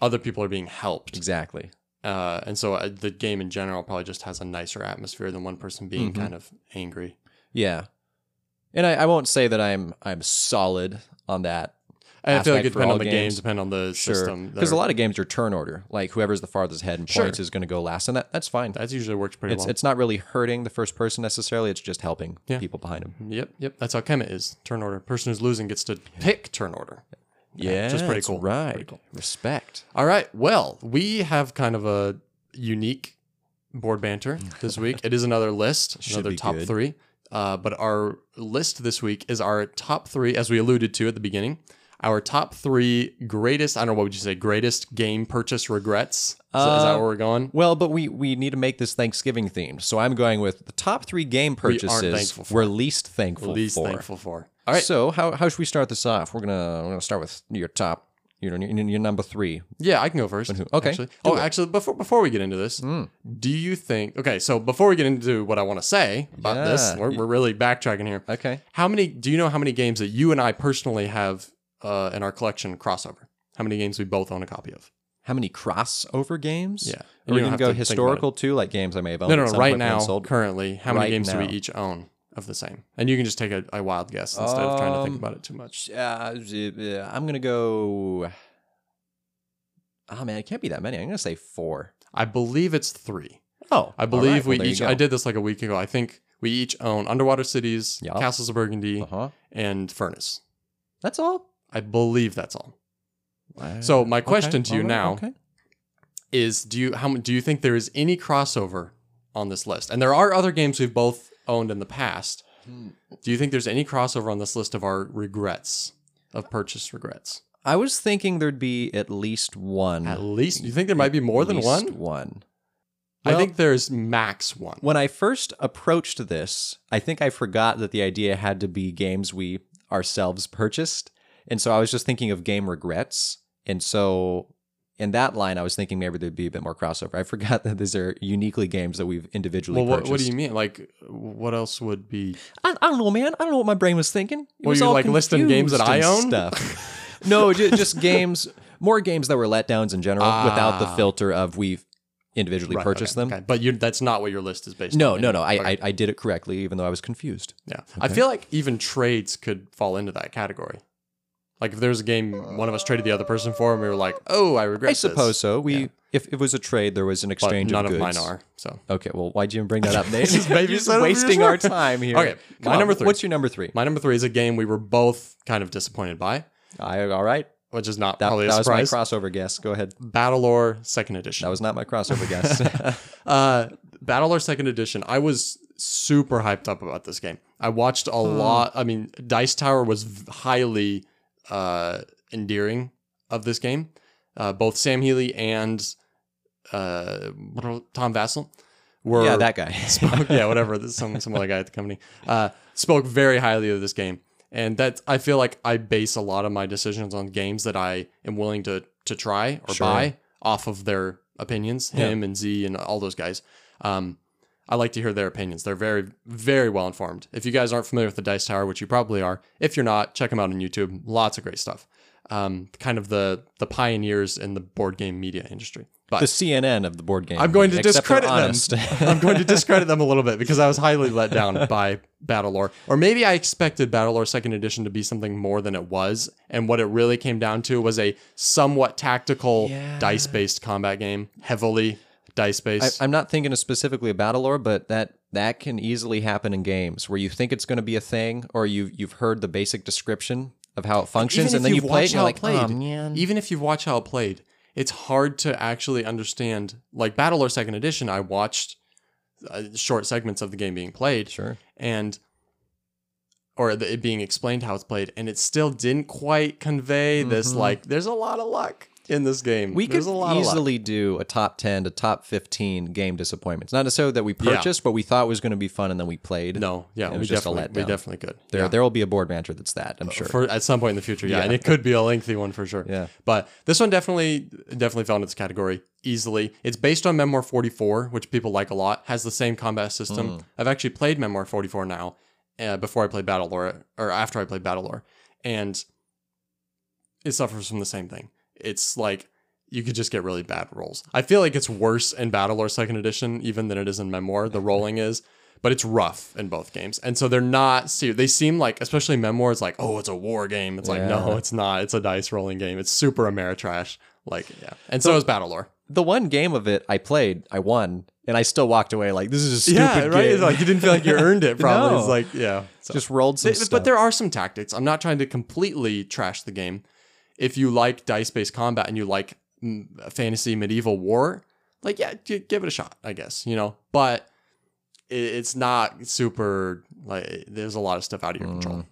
B: other people are being helped.
A: exactly.
B: Uh, and so uh, the game in general probably just has a nicer atmosphere than one person being
A: Mhm.
B: kind of angry.
A: Yeah, and I, I won't say that I'm I'm solid on that.
B: I feel like
A: Aspect
B: it
A: for
B: depends
A: all
B: on the game,
A: games.
B: depend on the
A: Sure,
B: system.
A: because a lot of games are turn order. Like whoever's the farthest ahead in
B: Sure.
A: points is going to go last, and that, that's fine.
B: that usually works pretty
A: it's
B: well.
A: it's not really hurting the first person necessarily. It's just helping
B: Yeah.
A: people behind him.
B: Yep, yep. That's how Kemet is. Turn order. Person who's losing gets to pick turn order.
A: Yeah,
B: which is pretty
A: that's
B: cool.
A: Right,
B: Pretty cool.
A: respect.
B: All right. Well, we have kind of a unique board banter this week. it is another list,
A: Should
B: another
A: be
B: top
A: good.
B: three. Uh, but our list this week is our top three, as we alluded to at the beginning, our top three greatest, I don't know, what would you say, greatest game purchase regrets? Is, that- is that
A: Uh,
B: where we're going?
A: Well, but we we need to make this Thanksgiving themed. So I'm going with the top three game
B: aren't
A: purchases
B: thankful for.
A: we are least thankful
B: Least
A: for.
B: thankful for. All right.
A: So how how should we start this off? We're gonna we're gonna start with your top, your your, your number three.
B: Yeah, I can go first.
A: Okay, Hmm.
B: Actually. Oh, actually, before before we get into this, do you think? Okay, so before we get into what I want to say about this,
A: Yeah.
B: we're, we're really backtracking here.
A: Okay,
B: How many do you know how many games that you and I personally have uh, in our collection crossover? How many games we both own a copy of?
A: how many crossover games?
B: Yeah.
A: Are
B: You
A: we
B: don't
A: gonna
B: have
A: go
B: to think about
A: historical too, like games I may have owned?
B: No, no,
A: at
B: no.
A: some
B: Right
A: point but
B: now,
A: unsold?
B: currently, how many
A: Right
B: games do
A: now.
B: we each own of the same? And you can just take a, a wild guess instead of trying to think
A: Um,
B: about it too much.
A: Uh, z- uh, I'm gonna go. Oh man, it can't be that many. I'm gonna say four.
B: I believe it's three.
A: Oh,
B: I believe we each. I did this like a week ago. I think we each own Underwater Cities,
A: Yeah.
B: Castles of Burgundy,
A: Uh huh.
B: and Furnace.
A: That's all.
B: I believe that's all. So my question to you now is: Do you how mu- do you think there is any crossover on this list? And there are other games we've both owned in the past.
A: Hmm.
B: Do you think there's any crossover on this list of our regrets of purchase regrets?
A: I was thinking there'd be at least one.
B: At least you think there might be more
A: At
B: than
A: least
B: one?
A: One.
B: I
A: Well-
B: think there's max one.
A: When I first approached this, I think I forgot that the idea had to be games we ourselves purchased. And so I was just thinking of game regrets. And so in that line, I was thinking maybe there'd be a bit more crossover. I forgot that these are uniquely games that we've individually
B: Well, what,
A: purchased.
B: what do you mean? Like, what else would be?
A: I, I don't know, man. I don't know what my brain was thinking. It
B: Well,
A: was
B: you're
A: all
B: like listing games that
A: confused
B: I
A: and
B: own?
A: Stuff. no, just, just games, more games that were letdowns in general without the
B: Ah.
A: filter of we've individually
B: Right,
A: purchased
B: okay,
A: them.
B: okay. but you that's not what your list is based.
A: No,
B: on.
A: no, no. I,
B: Okay,
A: I, I did it correctly, even though I was confused.
B: yeah. I feel like even trades could fall into that category. Like if there was a game one of us traded the other person for, and we were like, "Oh, I regret."
A: I suppose so. We, if, if it was a trade, there was an
B: this, but
A: exchange
B: none
A: of
B: of,
A: goods.
B: mine are. So
A: Okay, well, why'd you even bring that up, Nate?
B: Just maybe
A: You're just
B: some of yours
A: wasting our
B: were.
A: time here.
B: Okay,
A: Come
B: my
A: on,
B: number three.
A: What's your number three?
B: my number three is a game we were both kind of disappointed by,
A: I, all right.
B: which is not
A: That,
B: probably a
A: that was my
B: surprise.
A: crossover guess. Go ahead.
B: Battlelore Second Edition.
A: That was not my crossover guess.
B: Uh, Battlelore Second Edition. I was super hyped up about this game. I watched a lot. I mean, Dice Tower was v- highly uh, endearing of this game. Uh, both Sam Healy and uh, Tom Vassell were
A: yeah, that guy.
B: spoke, yeah, whatever. This is some some other guy at the company uh, spoke very highly of this game, and that I feel like I base a lot of my decisions on games that I am willing to to try or
A: Sure.
B: buy off of their opinions.
A: Yeah.
B: Him and Z and all those guys. Um, I like to hear their opinions. They're very very well informed. If you guys aren't familiar with the Dice Tower, which you probably are, if you're not, check them out on YouTube. Lots of great stuff. Um, kind of the the pioneers in the board game media industry. But
A: the CNN of the board game.
B: I'm going to
A: except they're
B: discredit them.
A: honest.
B: I'm going to discredit them a little bit because I was highly let down by Battlelore. Or maybe I expected Battlelore Second Edition to be something more than it was, and what it really came down to was a somewhat tactical
A: Yeah.
B: dice-based combat game, heavily
A: I,
B: dice-based.
A: I'm not thinking of specifically of Battlelore, but that that can easily happen in games where you think it's going to be a thing, or you you've heard the basic description of how it functions,
B: if
A: and then you
B: you've
A: play it,
B: watched
A: and you're
B: how
A: like,
B: it played.
A: "Oh, man."
B: even if you watch how it played, it's hard to actually understand. Like Battlelore Second Edition, I watched uh, short segments of the game being played,
A: Sure.
B: and or the, it being explained how it's played, and it still didn't quite convey this. Like, there's a lot of luck in this game.
A: Mm-hmm. We
B: there's
A: could
B: a lot of luck.
A: easily do a top ten to top fifteen game disappointments. Not necessarily that we
B: Yeah.
A: purchased, but we thought was going to be fun, and then we played.
B: No, yeah,
A: It
B: we
A: was just a
B: definitely, we
A: letdown.
B: definitely could.
A: there
B: yeah. Uh,
A: there will be a board manager that's that. I'm sure.
B: for at some point in the future. Yeah, and it could be a lengthy one for sure.
A: Yeah.
B: but this one definitely definitely fell into this category easily. It's based on Memoir 44, which people like a lot. Has the same combat system. I've actually played Memoir 44 now. Uh, before I played Battlelore, or after I played Battlelore, and it suffers from the same thing. It's like you could just get really bad rolls. I feel like it's worse in Battle or Second Edition even than it is in Memoir. The rolling is, but it's rough in both games, and so they're not. See, they seem like, especially Memoir, it's like, oh, it's a war game. It's like, no,
A: Yeah.
B: it's not. It's a dice rolling game. It's super Ameritrash. Like, yeah, and so, is Battle Lore.
A: the one game of it I played, I won, and I still walked away like this is a stupid
B: Yeah, right.
A: game.
B: It's like you didn't feel like you earned it. Probably
A: No.
B: it's like, yeah, so.
A: just rolled some
B: Th-
A: stuff.
B: But there are some tactics. I'm not trying to completely trash the game. If you like dice-based combat and you like mm, fantasy medieval war, like yeah, gi- give it a shot, I guess. You know, but i- it's not super. Like there's a lot of stuff out of your control.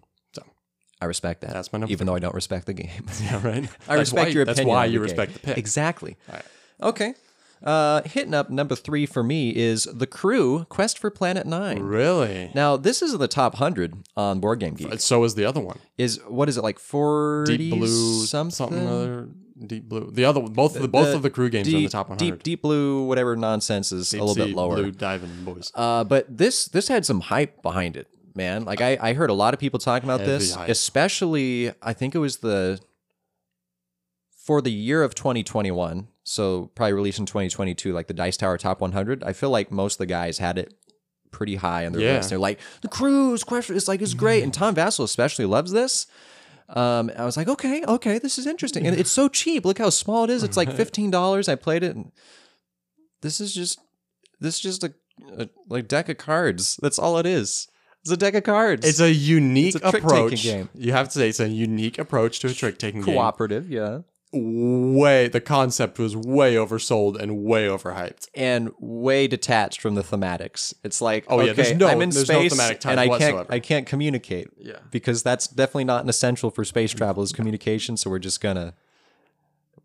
A: I respect that.
B: That's my number
A: Even though I don't respect the game.
B: Yeah, right.
A: I
B: That's
A: respect
B: why-
A: your opinion.
B: That's why
A: of the
B: you
A: game.
B: respect the pick.
A: Exactly.
B: Alright.
A: Okay. Uh, hitting up number three for me is The Crew Quest for Planet Nine.
B: Really.
A: Now, this is in the top 100 on Board Game Geek.
B: So is the other one.
A: Is what is it like 40
B: Deep blue,
A: something?
B: something, other. Deep blue. The other one. Both of the, both of the crew games are in the top 100.
A: Deep, deep blue, whatever nonsense is a little
B: Sea
A: bit lower.
B: Blue diving boys.
A: Uh, but this this had some hype behind it, man. Like I, I heard a lot of people talking about
B: Heavy
A: this,
B: hype.
A: especially I think it was the for the year of 2021, so probably released in 2022, like the Dice Tower Top 100, I feel like most of the guys had it pretty high on their
B: Yeah.
A: list. They're like, the cruise question is like is great, and Tom Vassell especially loves this. Um, I was like, okay, okay, this is interesting, and it's so cheap. Look how small it is. It's like fifteen dollars. I played it, and this is just this is just a, a like deck of cards. That's all it is. It's a deck of cards.
B: It's a unique
A: It's a trick-taking
B: approach.
A: game.
B: You have to say it's a unique approach to a trick taking game.
A: cooperative, yeah.
B: Way the concept was way oversold and way overhyped.
A: and way detached from the thematics. It's like,
B: Oh,
A: okay,
B: yeah, there's no-
A: I'm in
B: there's no
A: space
B: thematic tie
A: and I can't,
B: whatsoever.
A: I can't communicate
B: Yeah.
A: because that's definitely not an essential for space travel is communication. So we're just gonna,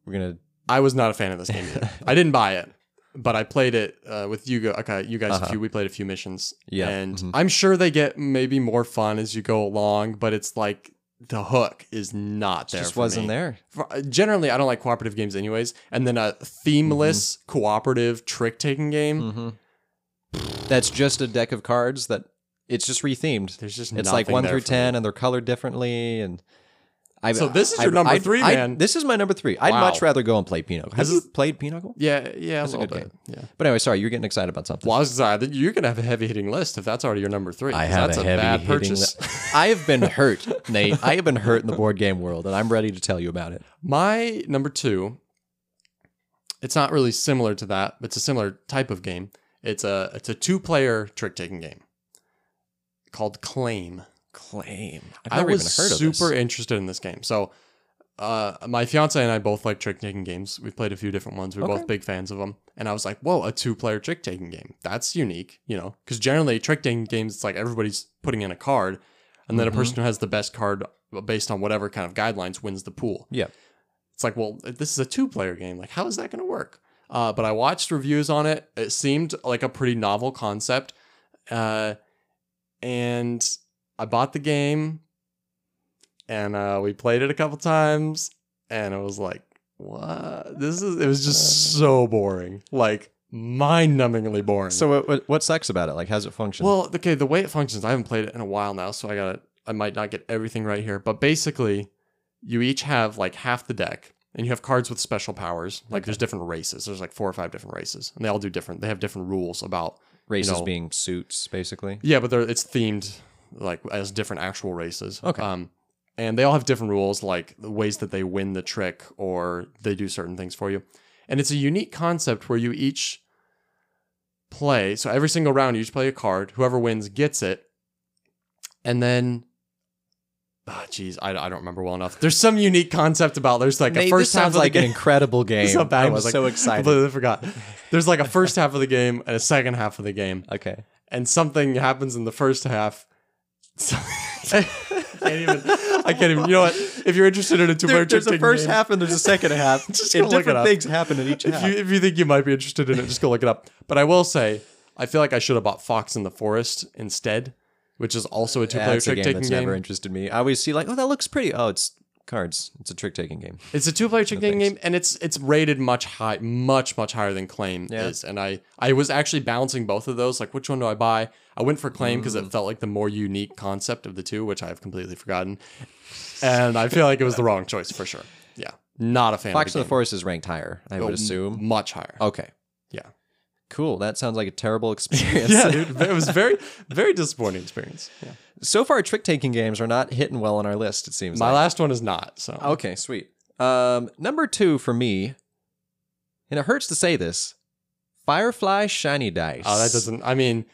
A: we're gonna,
B: I was not a fan of this game either. I didn't buy it, but I played it uh, with you. Go- okay, you guys, a few. We played a few missions.
A: Uh-huh. Yeah, Mm-hmm.
B: and I'm sure they get maybe more fun as you go along, but it's like the hook is not there.
A: just
B: for
A: wasn't
B: me.
A: there.
B: For- uh, generally, I don't like cooperative games, anyways. And then a
A: Mm-hmm.
B: themeless cooperative trick taking game.
A: hmm That's just a deck of cards that it's just rethemed.
B: There's just
A: It's like
B: nothing
A: one
B: there
A: through
B: for me.
A: ten, and they're colored differently. And I,
B: So this is
A: I-
B: your number
A: I'd-
B: three,
A: I'd-
B: man.
A: This is my number three. I'd
B: Wow.
A: much rather go and play Pinochle. Have
B: This
A: you
B: is-
A: played Pinochle?
B: Yeah, yeah,
A: That's a
B: a little
A: good
B: bit. Yeah.
A: But anyway, sorry, you're getting excited about something.
B: Well, I was excited that you're gonna have a heavy hitting list if that's already your number three. 'cause that's bad
A: hitting
B: purchase.
A: li- I have been hurt, Nate. I have been hurt in the board game world, and I'm ready to tell you about it.
B: My number two, it's not really similar to that, but it's a similar type of game. It's a it's a two player trick taking game called Claim.
A: Claim. I've
B: I
A: never
B: was
A: even heard of
B: super
A: this.
B: interested in this game. So, uh, my fiance and I both like trick taking games. We've played a few different ones. We're
A: Okay.
B: both big fans of them. And I was like, "Whoa, a two player trick taking game? That's unique." You know, because generally trick taking games, it's like everybody's putting in a card, and then
A: Mhm.
B: a person who has the best card uh, based on whatever kind of guidelines wins the pool.
A: Yeah.
B: It's like, well, uh, this is a two player game. Like, how is that going to work? Uh, but I watched reviews on it. It seemed like a pretty novel concept. Uh, and I bought the game and uh, we played it a couple times. And it was like, what? This is, it was just so boring. Like, mind numbingly boring.
A: So what, what, what sucks about it? Like, how's it function?
B: Well, okay, the way it functions, I haven't played it in a while now, so I got to I might not get everything right here, but basically, you each have like half the deck and you have cards with special powers. Like there's different races. There's like four or five different races, and they all do different. They have different rules about
A: races
B: know-
A: being suits, basically.
B: yeah, but they're it's themed like as different actual races.
A: Okay.
B: Um, and they all have different rules, like the ways that they win the trick or they do certain things for you. And it's a unique concept where you each play. So every single round, you each play a card. Whoever wins gets it. And then, ah, jeez, I, I don't remember well enough. There's some unique concept about there's like
A: Nate,
B: a
A: this
B: first half
A: sounds
B: of the
A: like an
B: game-
A: incredible game.
B: So bad,
A: I
B: I'm
A: was
B: just, like,
A: so excited.
B: Completely forgot. There's like a first half of the game and a second half of the game
A: Okay.
B: and something happens in the first half. So- I can't even. I can't even. You know what? If you're interested in a two-player trick taking game,
A: and there's a second half.
B: Just go look it up.
A: happen in each
B: If you if you think you might be interested in it, just go look it up. But I will say, I feel like I should have bought Fox in the Forest instead, which is also a two-player
A: That's a
B: trick
A: game
B: taking
A: that's
B: game.
A: never interested me. I always see like, oh, that looks pretty. Oh, it's cards. It's a trick-taking game.
B: It's a two-player trick taking
A: thanks.
B: game, and it's it's rated much high, much much higher than Claim
A: Yeah.
B: is. And I I was actually balancing both of those, like which one do I buy? I went for Claim because
A: Mm.
B: it felt like the more unique concept of the two, which I've completely forgotten. And I feel like it was the wrong choice for sure. Yeah, not a fan.
A: Fox in
B: of the,
A: the Forest is Oh. ranked higher, I would
B: game.
A: assume.
B: much higher.
A: Okay.
B: Yeah.
A: Cool. That sounds like a terrible experience.
B: yeah, dude, it was very very disappointing experience. Yeah.
A: So far, trick taking games are not hitting well on our list, it seems
B: My
A: like.
B: last one is not. So
A: okay, sweet. Um, number two for me, and it hurts to say this Firefly Shiny Dice.
B: oh, that doesn't. I mean,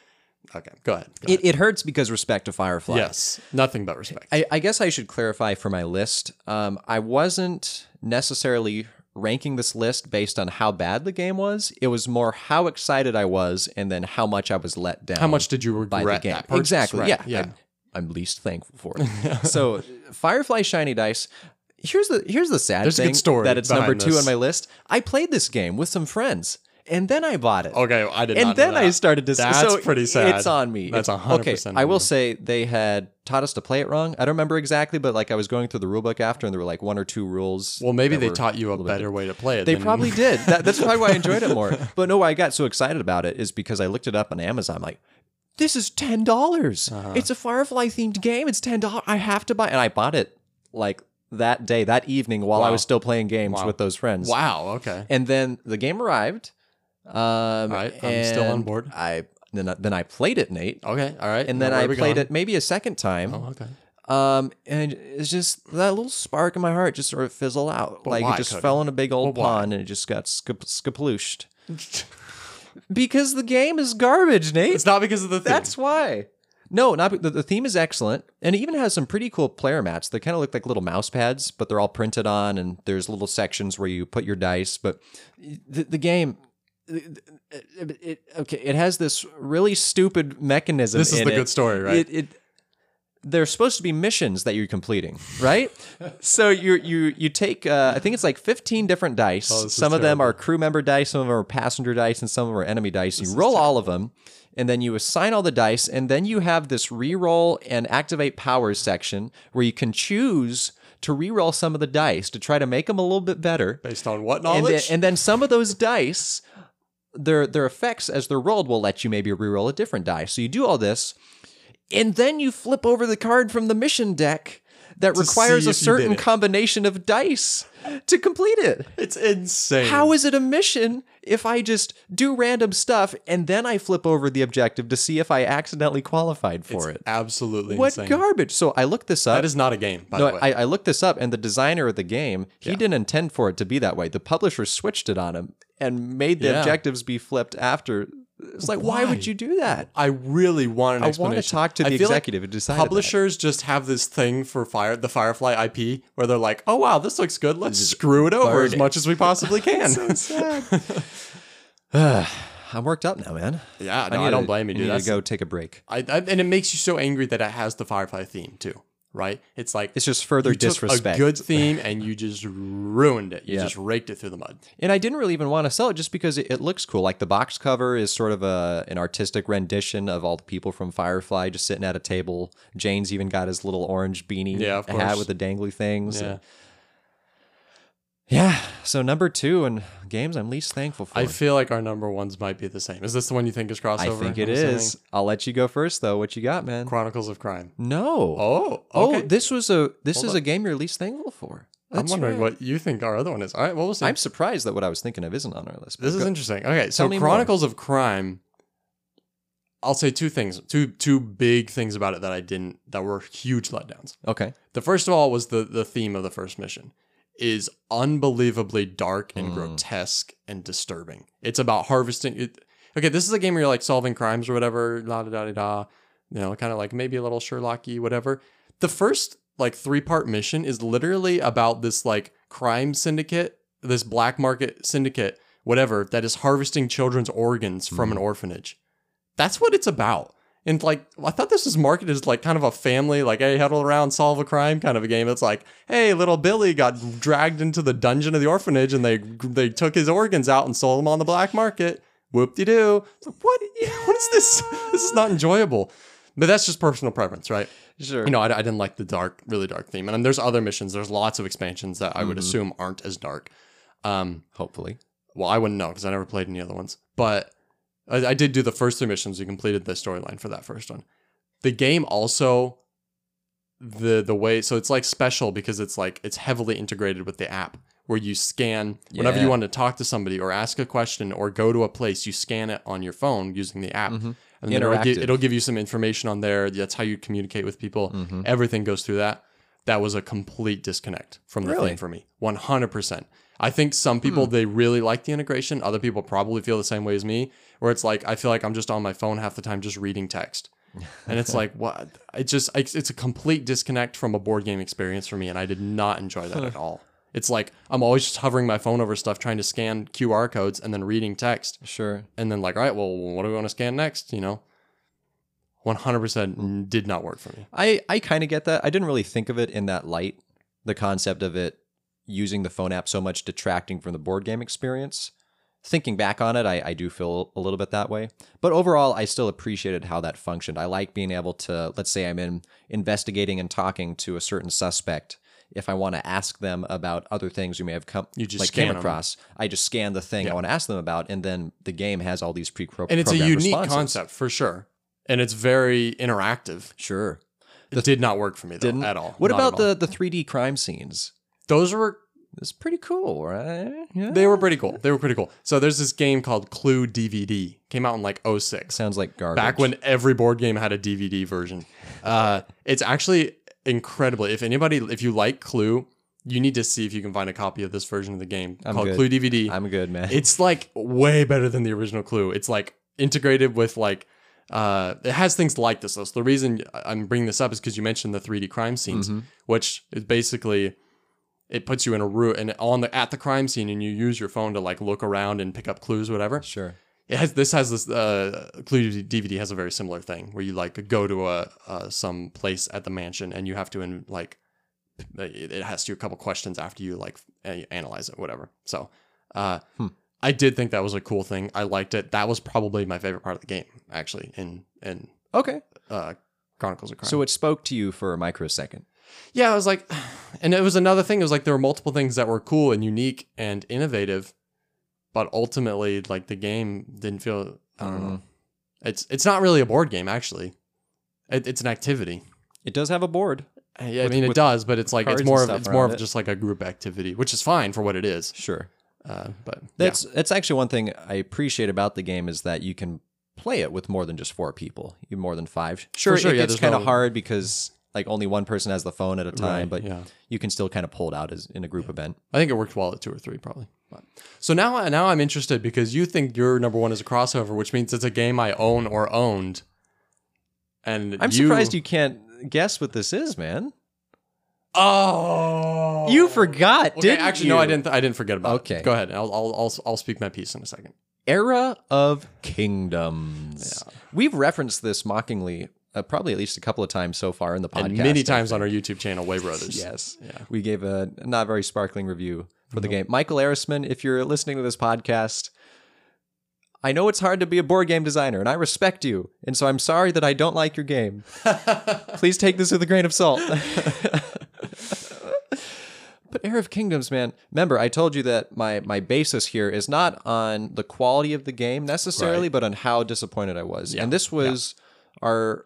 B: okay, go ahead. Go ahead.
A: It, it hurts because respect to Firefly.
B: yes, nothing but respect.
A: I, I guess I should clarify for my list. Um, I wasn't necessarily ranking this list based on how bad the game was. It was more how excited I was and then how much I was let down.
B: How much did you regret
A: by the game.
B: that purchase?
A: exactly.
B: Right,
A: Yeah.
B: yeah.
A: I'm, I'm least thankful for it. so Firefly Shiny Dice. Here's the here's the sad
B: There's a
A: thing
B: good story
A: that it's number
B: behind
A: two
B: this.
A: on my list. I played this game with some friends, and then I bought it.
B: Okay, I did not.
A: And
B: know
A: then I
B: that.
A: started to.
B: That's
A: so
B: pretty sad.
A: It's on me.
B: That's
A: It's-
B: 100%
A: Okay, I
B: on
A: will
B: you.
A: say they had taught us to play it wrong. I don't remember exactly, but like I was going through the rule book after, and there were like one or two rules.
B: Well, maybe
A: that
B: they
A: were-
B: taught you a better way to play it.
A: They
B: than-
A: probably did. That, that's probably why I enjoyed it more. But no, why I got so excited about it is because I looked it up on Amazon. I'm like, this is ten
B: Uh-huh.
A: dollars. It's a Firefly themed game. It's ten dollars. I have to buy, and I bought it like that day, that evening, while I
B: Wow.
A: was still playing games
B: Wow.
A: with those friends.
B: Wow. Okay.
A: And then the game arrived. Um,
B: right, I'm still on
A: and
B: board.
A: I then I, then I played it, Nate,
B: Okay. All right.
A: and
B: Now
A: then
B: where
A: I
B: are we
A: played
B: going?
A: it maybe a second time.
B: Oh, okay.
A: Um, and it's just that little spark in my heart just sort of fizzled out. like
B: why,
A: it just
B: Cody?
A: fell in a big old
B: But why?
A: pond and it just got skip- skaplooshed. because the game is garbage, Nate.
B: It's not because of the thing.
A: That's why. No, not be- the, the theme is excellent, and it even has some pretty cool player mats. They kind of look like little mouse pads, but they're all printed on, and there's little sections where you put your dice. But the, the game, it, it- okay, it has this really stupid mechanism.
B: this is
A: in
B: the
A: it.
B: good story, right?
A: It, it they're supposed to be missions that you're completing, right? so you you you take uh, I think it's like 15 different dice.
B: Oh, this is
A: some of them
B: terrible.
A: are crew member dice, some of them are passenger dice, and some of them are enemy dice. you roll all of them, and then you assign all the dice, and then you have this re-roll and activate powers section where you can choose to re-roll some of the dice to try to make them a little bit better
B: Based on
A: and
B: what
A: then,
B: knowledge?
A: and then some of those dice their their effects as they're rolled will let you maybe reroll a different die so you do all this and then you flip over the card from the mission deck that requires
B: see
A: a
B: if you did
A: certain
B: it.
A: combination of dice to complete it
B: it's insane.
A: how is it a mission if i just do random stuff and then i flip over the objective to see if i accidentally qualified for it
B: absolutely
A: what
B: insane.
A: garbage so i looked this up
B: That is not a game, by
A: no,
B: the way.
A: I, I looked this up, and the designer of the game, he didn't intend for it to be that way. The publisher switched it on him and made the
B: Yeah.
A: objectives be flipped after. It's like, why,
B: Why?
A: would you do that?
B: I really want an
A: I want
B: explanation.
A: to talk to
B: I
A: the
B: feel like
A: executive who decided that.
B: Publishers just have this thing for fire the Firefly IP where they're like, "Oh wow, this looks good. Let's screw it over
A: bird
B: as
A: it."
B: much as we possibly can."
A: I'm worked up now, man.
B: yeah,
A: I
B: no, I,
A: need
B: don't
A: to-
B: blame
A: I
B: you, dude.
A: need to
B: That's,
A: go take a break.
B: I, I, and it makes you so angry that it has the Firefly theme too, right? It's like
A: It's just further
B: you took
A: disrespect.
B: a good theme and you just ruined it. You just raked it through the mud.
A: and I didn't really even want to sell it just because it, it looks cool. Like the box cover is sort of a an artistic rendition of all the people from Firefly just sitting at a table. Jane's even got his little orange beanie
B: Yeah, of
A: hat
B: course.
A: with the dangly things.
B: Yeah.
A: And- yeah. So number two and games I'm least thankful for.
B: I feel like our number ones might be the same. Is this the one you think is crossover?
A: I think
B: it
A: it is. I'll let you go first though. What you got, man?
B: Chronicles of Crime.
A: No.
B: Oh,
A: Oh,
B: okay.
A: this was a this
B: Hold
A: is
B: up.
A: a game you're least thankful for.
B: I'm
A: That's
B: wondering
A: right.
B: what you think our other one is. All right, well, we'll see.
A: I'm surprised that what I was thinking of isn't on our list. but
B: this is
A: go-
B: interesting. Okay, so
A: me more.
B: Chronicles of Crime. I'll say two things, two two big things about it that I didn't that were huge letdowns.
A: okay.
B: The first of all was the the theme of the first mission is unbelievably dark and
A: Hmm.
B: grotesque and disturbing. It's about harvesting. It, okay, this is a game where you're like solving crimes or whatever, la da da da da. You know, kind of like maybe a little Sherlocky, whatever. The first like three part mission is literally about this like crime syndicate, this black market syndicate, whatever that is harvesting children's organs from an orphanage. That's what it's about. And like, I thought this was marketed as like kind of a family, like, hey, huddle around, solve a crime kind of a game. It's like, hey, little Billy got dragged into the dungeon of the orphanage, and they they took his organs out and sold them on the black market. Whoop de doo. What? What is this? This is not enjoyable. But that's just personal preference, right?
A: Sure.
B: You know, I, I didn't like the dark, really dark theme. And then there's other missions. There's lots of expansions that I would assume aren't as dark. Um,
A: Hopefully.
B: well, I wouldn't know because I never played any other ones. But I, I did do the first three missions. We completed the storyline for that first one. The game also the the way so it's like special because it's like it's heavily integrated with the app where you scan whenever you
A: Yeah.
B: want to talk to somebody or ask a question or go to a place you scan it on your phone using the app
A: Mhm.
B: and then it'll, gi-
A: Interactive.
B: it'll give you some information on there that's how you communicate with people
A: Mhm.
B: everything goes through that that was a complete disconnect from the
A: Really? Hmm.
B: thing for me 100% i think some people they really like the integration other people probably feel the same way as me where it's like i feel like i'm just on my phone half the time just reading text and it's like what it just it's, it's a complete disconnect from a board game experience for me and i did not enjoy that at all it's like i'm always just hovering my phone over stuff trying to scan qr codes and then reading text
A: Sure.
B: and then like all right well what do we want to scan next you know 100% did not work for me
A: I, I kind of get that. I didn't really think of it in that light, the concept of it using the phone app so much detracting from the board game experience. Thinking back on it, I, I do feel a little bit that way. But overall, I still appreciated how that functioned. I like being able to, let's say I'm in investigating and talking to a certain suspect. If I want to ask them about other things you may have come
B: You just
A: like
B: scan
A: came
B: 'em.
A: across, I just scan the thing I want to ask them about, and then the game has all these pre
B: and it's a unique concept for sure and it's very interactive
A: Sure.
B: It did not work for me though,
A: Didn't
B: at all.
A: What
B: Not
A: about
B: at all.
A: the the 3D crime scenes?
B: Those were
A: It's pretty cool, right? Yeah.
B: they were pretty cool. They were pretty cool. So there's this game called Clue DVD. Came out in like 06.
A: Sounds like garbage.
B: back when every board game had a DVD version. Uh, it's actually incredible. If anybody, if you like Clue, you need to see if you can find a copy of this version of the game
A: I'm
B: called
A: good.
B: Clue DVD.
A: I'm good, man.
B: it's like way better than the original Clue. It's like integrated with like. Uh, it has things like this. though. So the reason I- I'm bringing this up is because you mentioned the 3D crime scenes,
A: Mhm.
B: which is basically it puts you in a room and on the at the crime scene, and you use your phone to like look around and pick up clues, whatever.
A: Sure.
B: It has this has this uh, Clue DVD has a very similar thing where you like go to a uh, some place at the mansion and you have to in, like it it has to a couple questions after you like a- analyze it whatever. So uh,
A: Hmm.
B: I did think that was a cool thing. I liked it. That was probably my favorite part of the game actually. In in
A: Okay.
B: uh, Chronicles of Crime.
A: So it spoke to you for a microsecond.
B: yeah, I was like, and it was another thing. It was like there were multiple things that were cool and unique and innovative, but ultimately, like the game didn't feel. I don't
A: Mm-hmm.
B: know. It's it's not really a board game actually. It, it's an activity.
A: It does have a board.
B: Uh, yeah,
A: With-
B: I mean it
A: with
B: does, but it's like
A: cards
B: it's
A: and
B: more of
A: stuff
B: it's more
A: around
B: of
A: it.
B: just like a group activity, which is fine for what it is.
A: Sure.
B: Uh, but that's
A: That's that's actually one thing I appreciate about the game is that you can play it with more than just four people, even more than five. Sure,
B: sure,
A: it
B: yeah,
A: gets
B: there's
A: kind of
B: no-
A: hard because like only one person has the phone at a time, but
B: yeah.
A: you can still kind of pull it out as in a group event.
B: I think it worked well at two or three probably. But- So now now I'm interested because you think your number one is a crossover, which means it's a game I own or owned. And
A: I'm surprised you can't guess what this is, man.
B: Oh,
A: You forgot,
B: Okay,
A: didn't
B: actually,
A: you?
B: no, I didn't. I didn't forget about.
A: Okay.
B: it. go ahead. I'll, I'll I'll I'll speak my piece in a second.
A: Era of Kingdoms. We've referenced this mockingly uh, probably at least a couple of times so far in the podcast.
B: and many times on our YouTube channel, Way Brothers.
A: Yes.
B: Yeah.
A: We gave a not very sparkling review for the game. Michael Arisman, if you're listening to this podcast, I know it's hard to be a board game designer, and I respect you. And so I'm sorry that I don't like your game. Please take this with a grain of salt. but Heir of Kingdoms, man, remember, I told you that my, my basis here is not on the quality of the game necessarily, but on how disappointed I was.
B: Yeah.
A: And this was our,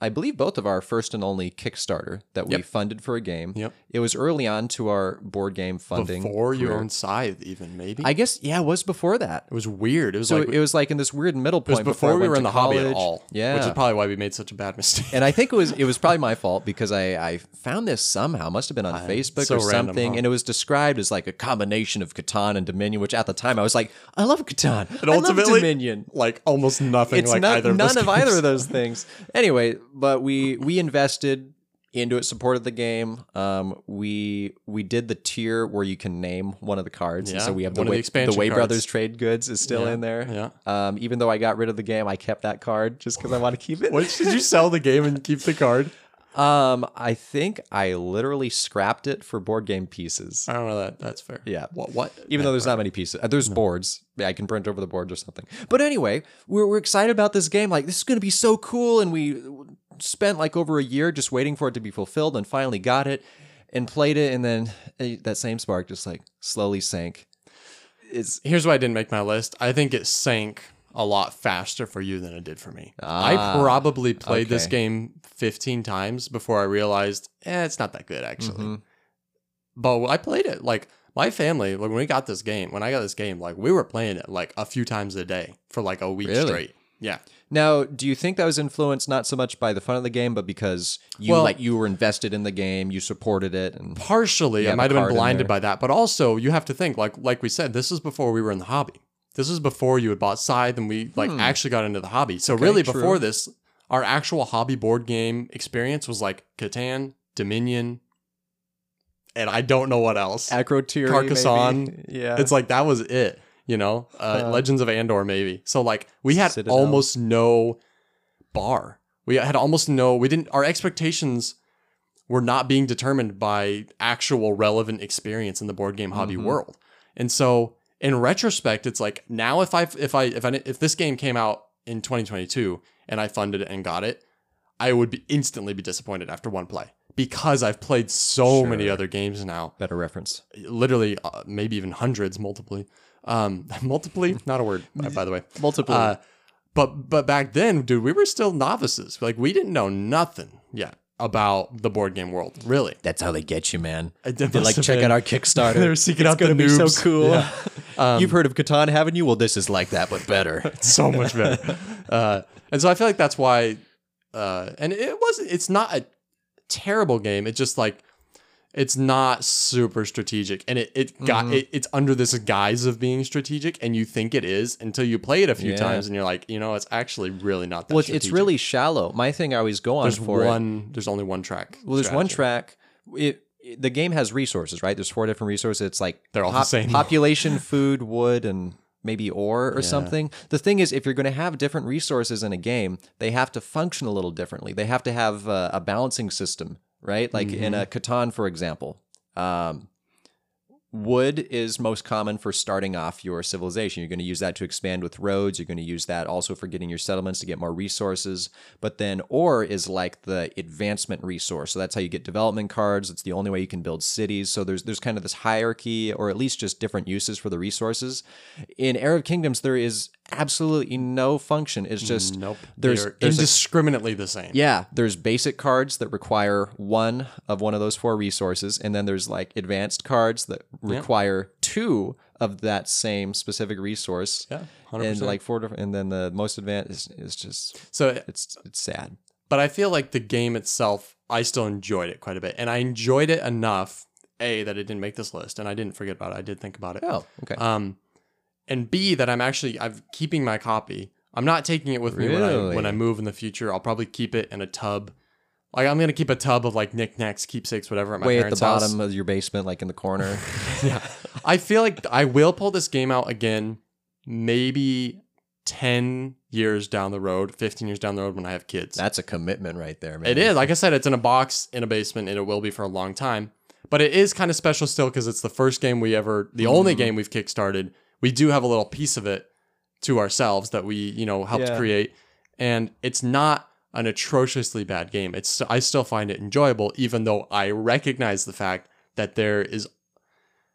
A: I believe, both of our first and only Kickstarter that we
B: Yep.
A: funded for a game.
B: Yep.
A: It was early on to our board game funding.
B: Before you
A: career.
B: owned Scythe, even maybe
A: I guess, yeah, it was before that.
B: it was weird. It was
A: So
B: like
A: it was like in this weird middle
B: it was
A: point
B: before,
A: I
B: we
A: went
B: were in
A: to
B: the hobby
A: college.
B: at all.
A: Yeah,
B: which is probably why we made such a bad mistake.
A: and I think it was it was probably my fault because I, I found this somehow must have been on Facebook
B: so
A: or
B: random,
A: something,
B: huh?
A: and it was described as like a combination of Catan and Dominion, which at the time I was like, I love Catan,
B: And
A: I
B: ultimately,
A: love Dominion.
B: like almost nothing
A: It's
B: like
A: not,
B: either of
A: none
B: those
A: of either
B: games.
A: of those things. Anyway, but we we invested into it, supported the game. Um, we we did the tier where you can name one of the cards, and
B: Yeah,
A: so we have the
B: one of the
A: Way, the
B: expansion
A: Way
B: cards.
A: Brothers Trade Goods is still
B: Yeah,
A: in there.
B: yeah.
A: Um, even though I got rid of the game, I kept that card just because I want to keep it.
B: Which did you sell the game and keep the card?
A: Um, I think I literally scrapped it for board game pieces.
B: I don't know that. That's fair.
A: Yeah.
B: What? What?
A: Even though there's not many pieces, Uh, there's boards. Yeah, I can print over the boards or something. But anyway, we're, we're excited about this game. Like, this is going to be so cool. And we spent like over a year just waiting for it to be fulfilled and finally got it and played it. And then eh, that same spark just like slowly sank. It's
B: here's why I didn't make my list. I think it sank a lot faster for you than it did for me.
A: Ah,
B: I probably played this
A: okay.
B: game 15 times before I realized, eh, it's not that good actually.
A: Mm-hmm.
B: But I played it like my family like, when we got this game. When I got this game, like we were playing it like a few times a day for like a week
A: Really?
B: straight. Yeah,
A: now, do you think that was influenced not so much by the fun of the game, but because you
B: Well-
A: like you were invested in the game, you supported it, and
B: partially
A: Yeah,
B: I
A: the
B: might have
A: card in
B: been blinded
A: there.
B: by that, but also you have to think like like we said, this is before we were in the hobby. This is before you had bought Scythe and we like actually got into the hobby. So really
A: Hmm. true.
B: before this, our actual hobby board game experience was like Catan, Dominion, and I don't know what else.
A: Acroteer,
B: Carcassonne.
A: Yeah,
B: It's like that was it, you know? Uh,
A: Uh,
B: Legends of Andor maybe. So like we had
A: Citadel.
B: almost no bar. We had almost no we didn't our expectations were not being determined by actual relevant experience in the board game hobby
A: Mhm.
B: world. And so in retrospect, it's like now if I if I if I if this game came out in 2022 and I funded it and got it, I would be instantly be disappointed after one play because I've played so many
A: Sure.
B: other games now,
A: better reference.
B: literally uh, maybe even hundreds, multiply. Um, multiply, not a word uh, by- by the way.
A: Multiple.
B: Uh, but but back then, dude, we were still novices. Like we didn't know nothing yet. about the board game world. Really,
A: That's how they get you, man.
B: I
A: They're like, check out our
B: They're
A: Kickstarter.
B: seeking out the
A: gonna be so
B: noobs.
A: cool. Um,
B: Yeah.
A: You've heard of Catan, haven't you? Well, this is like that, but better.
B: so much better. Uh, and so I feel like that's why. Uh, and it was. It's not a terrible game. It's just like it's not super strategic, and it it got
A: Mm-hmm.
B: it, it's under this guise of being strategic, and you think it is until you play it a few
A: Yeah.
B: times, and you're like, you know, it's actually really not that.
A: well, it's,
B: strategic.
A: it's really shallow. My thing I always go on
B: there's
A: for it-
B: one. There's only one track.
A: Well, there's one
B: strategy.
A: track. It, it- the game has resources, right? There's four different resources. It's like
B: They're all the same.
A: population, food, wood, and maybe ore or something. The thing is, if you're going to have different resources in a game, they have to function a little differently. They have to have uh, a balancing system, right? Like in a Catan, for example. Um, wood is most common for starting off your civilization. You're going to use that to expand with roads. You're going to use that also for getting your settlements to get more resources. But then ore is like the advancement resource. So that's how you get development cards. It's the only way you can build cities. So there's there's kind of this hierarchy or at least just different uses for the resources. In Arab Kingdoms there is absolutely no function. It's just
B: Nope.
A: There's
B: They're- indiscriminately the same.
A: yeah, there's basic cards that require one of one of those four resources, and then there's like advanced cards that require two of that same specific resource.
B: Yeah. 100%.
A: and like four different, and then the most advanced is, is just
B: so
A: it's it's sad.
B: but I feel like the game itself, I still enjoyed it quite a bit, and I enjoyed it enough. A that it didn't make this list, and I didn't forget about it. I did think about it.
A: Oh, okay.
B: Um, and B that I'm actually I'm keeping my copy. I'm not taking it with me when I
A: Really?
B: when I move in the future. I'll probably keep it in a tub. Like I'm gonna keep a tub of like knickknacks, keepsakes, whatever at my
A: Way at the
B: parents' house.
A: bottom of your basement, like in the corner.
B: yeah, I feel like I will pull this game out again, maybe ten years down the road, fifteen years down the road when I have kids.
A: That's a commitment right there, man.
B: It is. Like I said, it's in a box in a basement, and it will be for a long time. But it is kind of special still because it's the first game we ever,
A: Mm-hmm.
B: the only game we've kickstarted. We do have a little piece of it to ourselves that we, you know, helped
A: Yeah.
B: create, and it's not an atrociously bad game. It's I still find it enjoyable, even though I recognize the fact that there is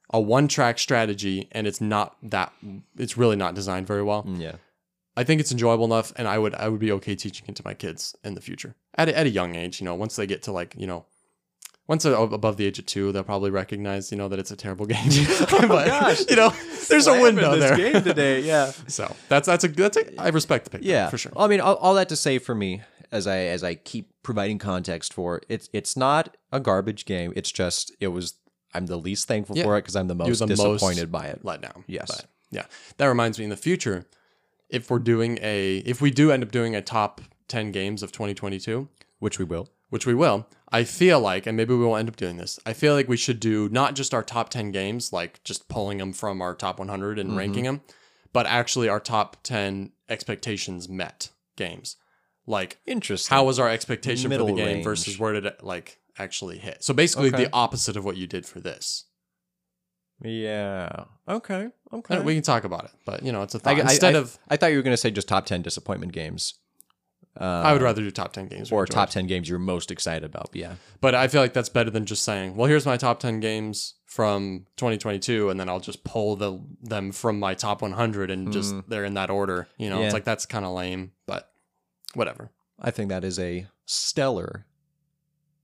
B: a one-track strategy, and it's not that it's really not designed very well.
A: Mm, Yeah.
B: I think it's enjoyable enough, and I would I would be okay teaching it to my kids in the future at a, at a young age. You know, once they get to like you know, once they're ab- above the age of two, they'll probably recognize you know that it's a terrible game. but
A: Oh gosh.
B: you know, there's a window there.
A: today. Yeah.
B: So that's that's a that's a I respect the pick.
A: yeah Oh.
B: for sure.
A: i mean all, all that to say for me as i as i keep providing context for it, it's it's not a garbage game it's just it was i'm the least thankful
B: Yeah.
A: for it because i'm the most
B: the most-
A: disappointed by it
B: let down.
A: Yes.
B: But, yeah. That reminds me in the future, if we're doing a if we do end up doing a top ten games of 2022,
A: which we will
B: which we will, I feel like, and maybe we will end up doing this, I feel like we should do not just our top 10 games, like just pulling them from our top 100
A: Mm-hmm.
B: and ranking them, but actually our top 10 expectations met games. Like,
A: interesting
B: how was our expectation for the
A: Middle
B: game
A: range.
B: versus where did it like actually hit? So basically,
A: Okay.
B: the opposite of what you did for this.
A: yeah okay okay
B: And We can talk about it, but you know, it's a
A: I,
B: thought.
A: I-
B: Instead
A: I-
B: of,
A: i thought you were going to say just top 10 disappointment games uh,
B: I would rather do top 10 games. we
A: or
B: enjoyed.
A: top 10 games you're most excited about yeah
B: But I feel like that's better than just saying, "Well, here's my top 10 games from 2022," and then I'll just pull the, them from my top 100 and just they're in that order. You know,
A: Mm. Yeah.
B: it's like that's kind of lame, but whatever.
A: i think that is a stellar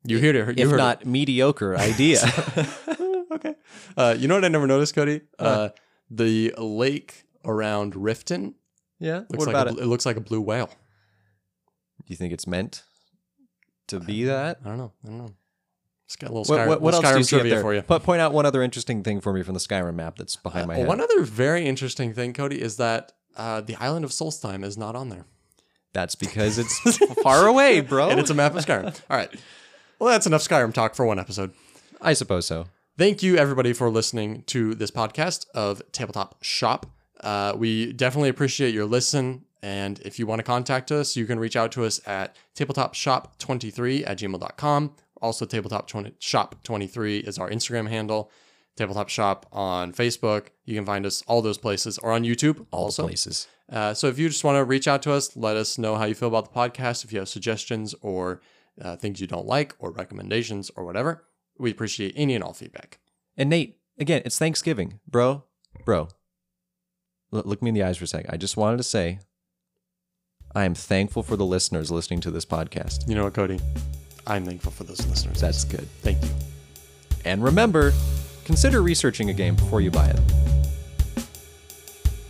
B: You hear it? You
A: if
B: heard
A: not mediocre idea
B: it. okay. Uh, you know what I never noticed, Cody? Uh,
A: Huh.
B: the lake around Riften
A: yeah
B: looks
A: what
B: like
A: about
B: a,
A: it
B: bl- it? looks like a blue whale.
A: do you think it's meant to be that
B: I don't know. I don't know. It's got a little,
A: What,
B: Skyrim-
A: what, what
B: little
A: else do you
B: Skyrim
A: see up
B: trivia
A: there?
B: for you.
A: Po- point out one other interesting thing for me from the Skyrim map that's behind my
B: Uh,
A: head.
B: one other very interesting thing, Cody, is that uh, the island of Solstheim is not on there.
A: that's because it's far away, bro.
B: and it's a map of Skyrim. All right. Well, that's enough Skyrim talk for one episode.
A: I suppose so.
B: Thank you, everybody, for listening to this podcast of Tabletop Shop. Uh, we definitely appreciate your listen. And if you want to contact us, you can reach out to us at tabletopshop23 at gmail.com. Also, tabletopshop23 is our Instagram handle, Tabletop Shop on Facebook. You can find us all those places or on YouTube
A: All
B: also.
A: places.
B: Uh, so if you just want to reach out to us, let us know how you feel about the podcast. If you have suggestions or uh, things you don't like or recommendations or whatever, we appreciate any and all feedback.
A: And Nate, again, it's Thanksgiving, bro. Bro, L- look me in the eyes for a sec. I just wanted to say, I am thankful for the listeners listening to this podcast.
B: You know what, Cody? I'm thankful for those listeners.
A: That's good.
B: Thank you.
A: And remember, consider researching a game before you buy it.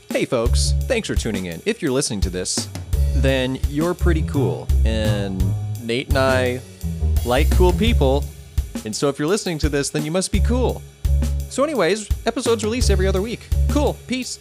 A: Hey, folks, thanks for tuning in. If you're listening to this, then you're pretty cool. And Nate and I like cool people. And so if you're listening to this, then you must be cool. So, anyways, episodes release every other week. Cool. Peace.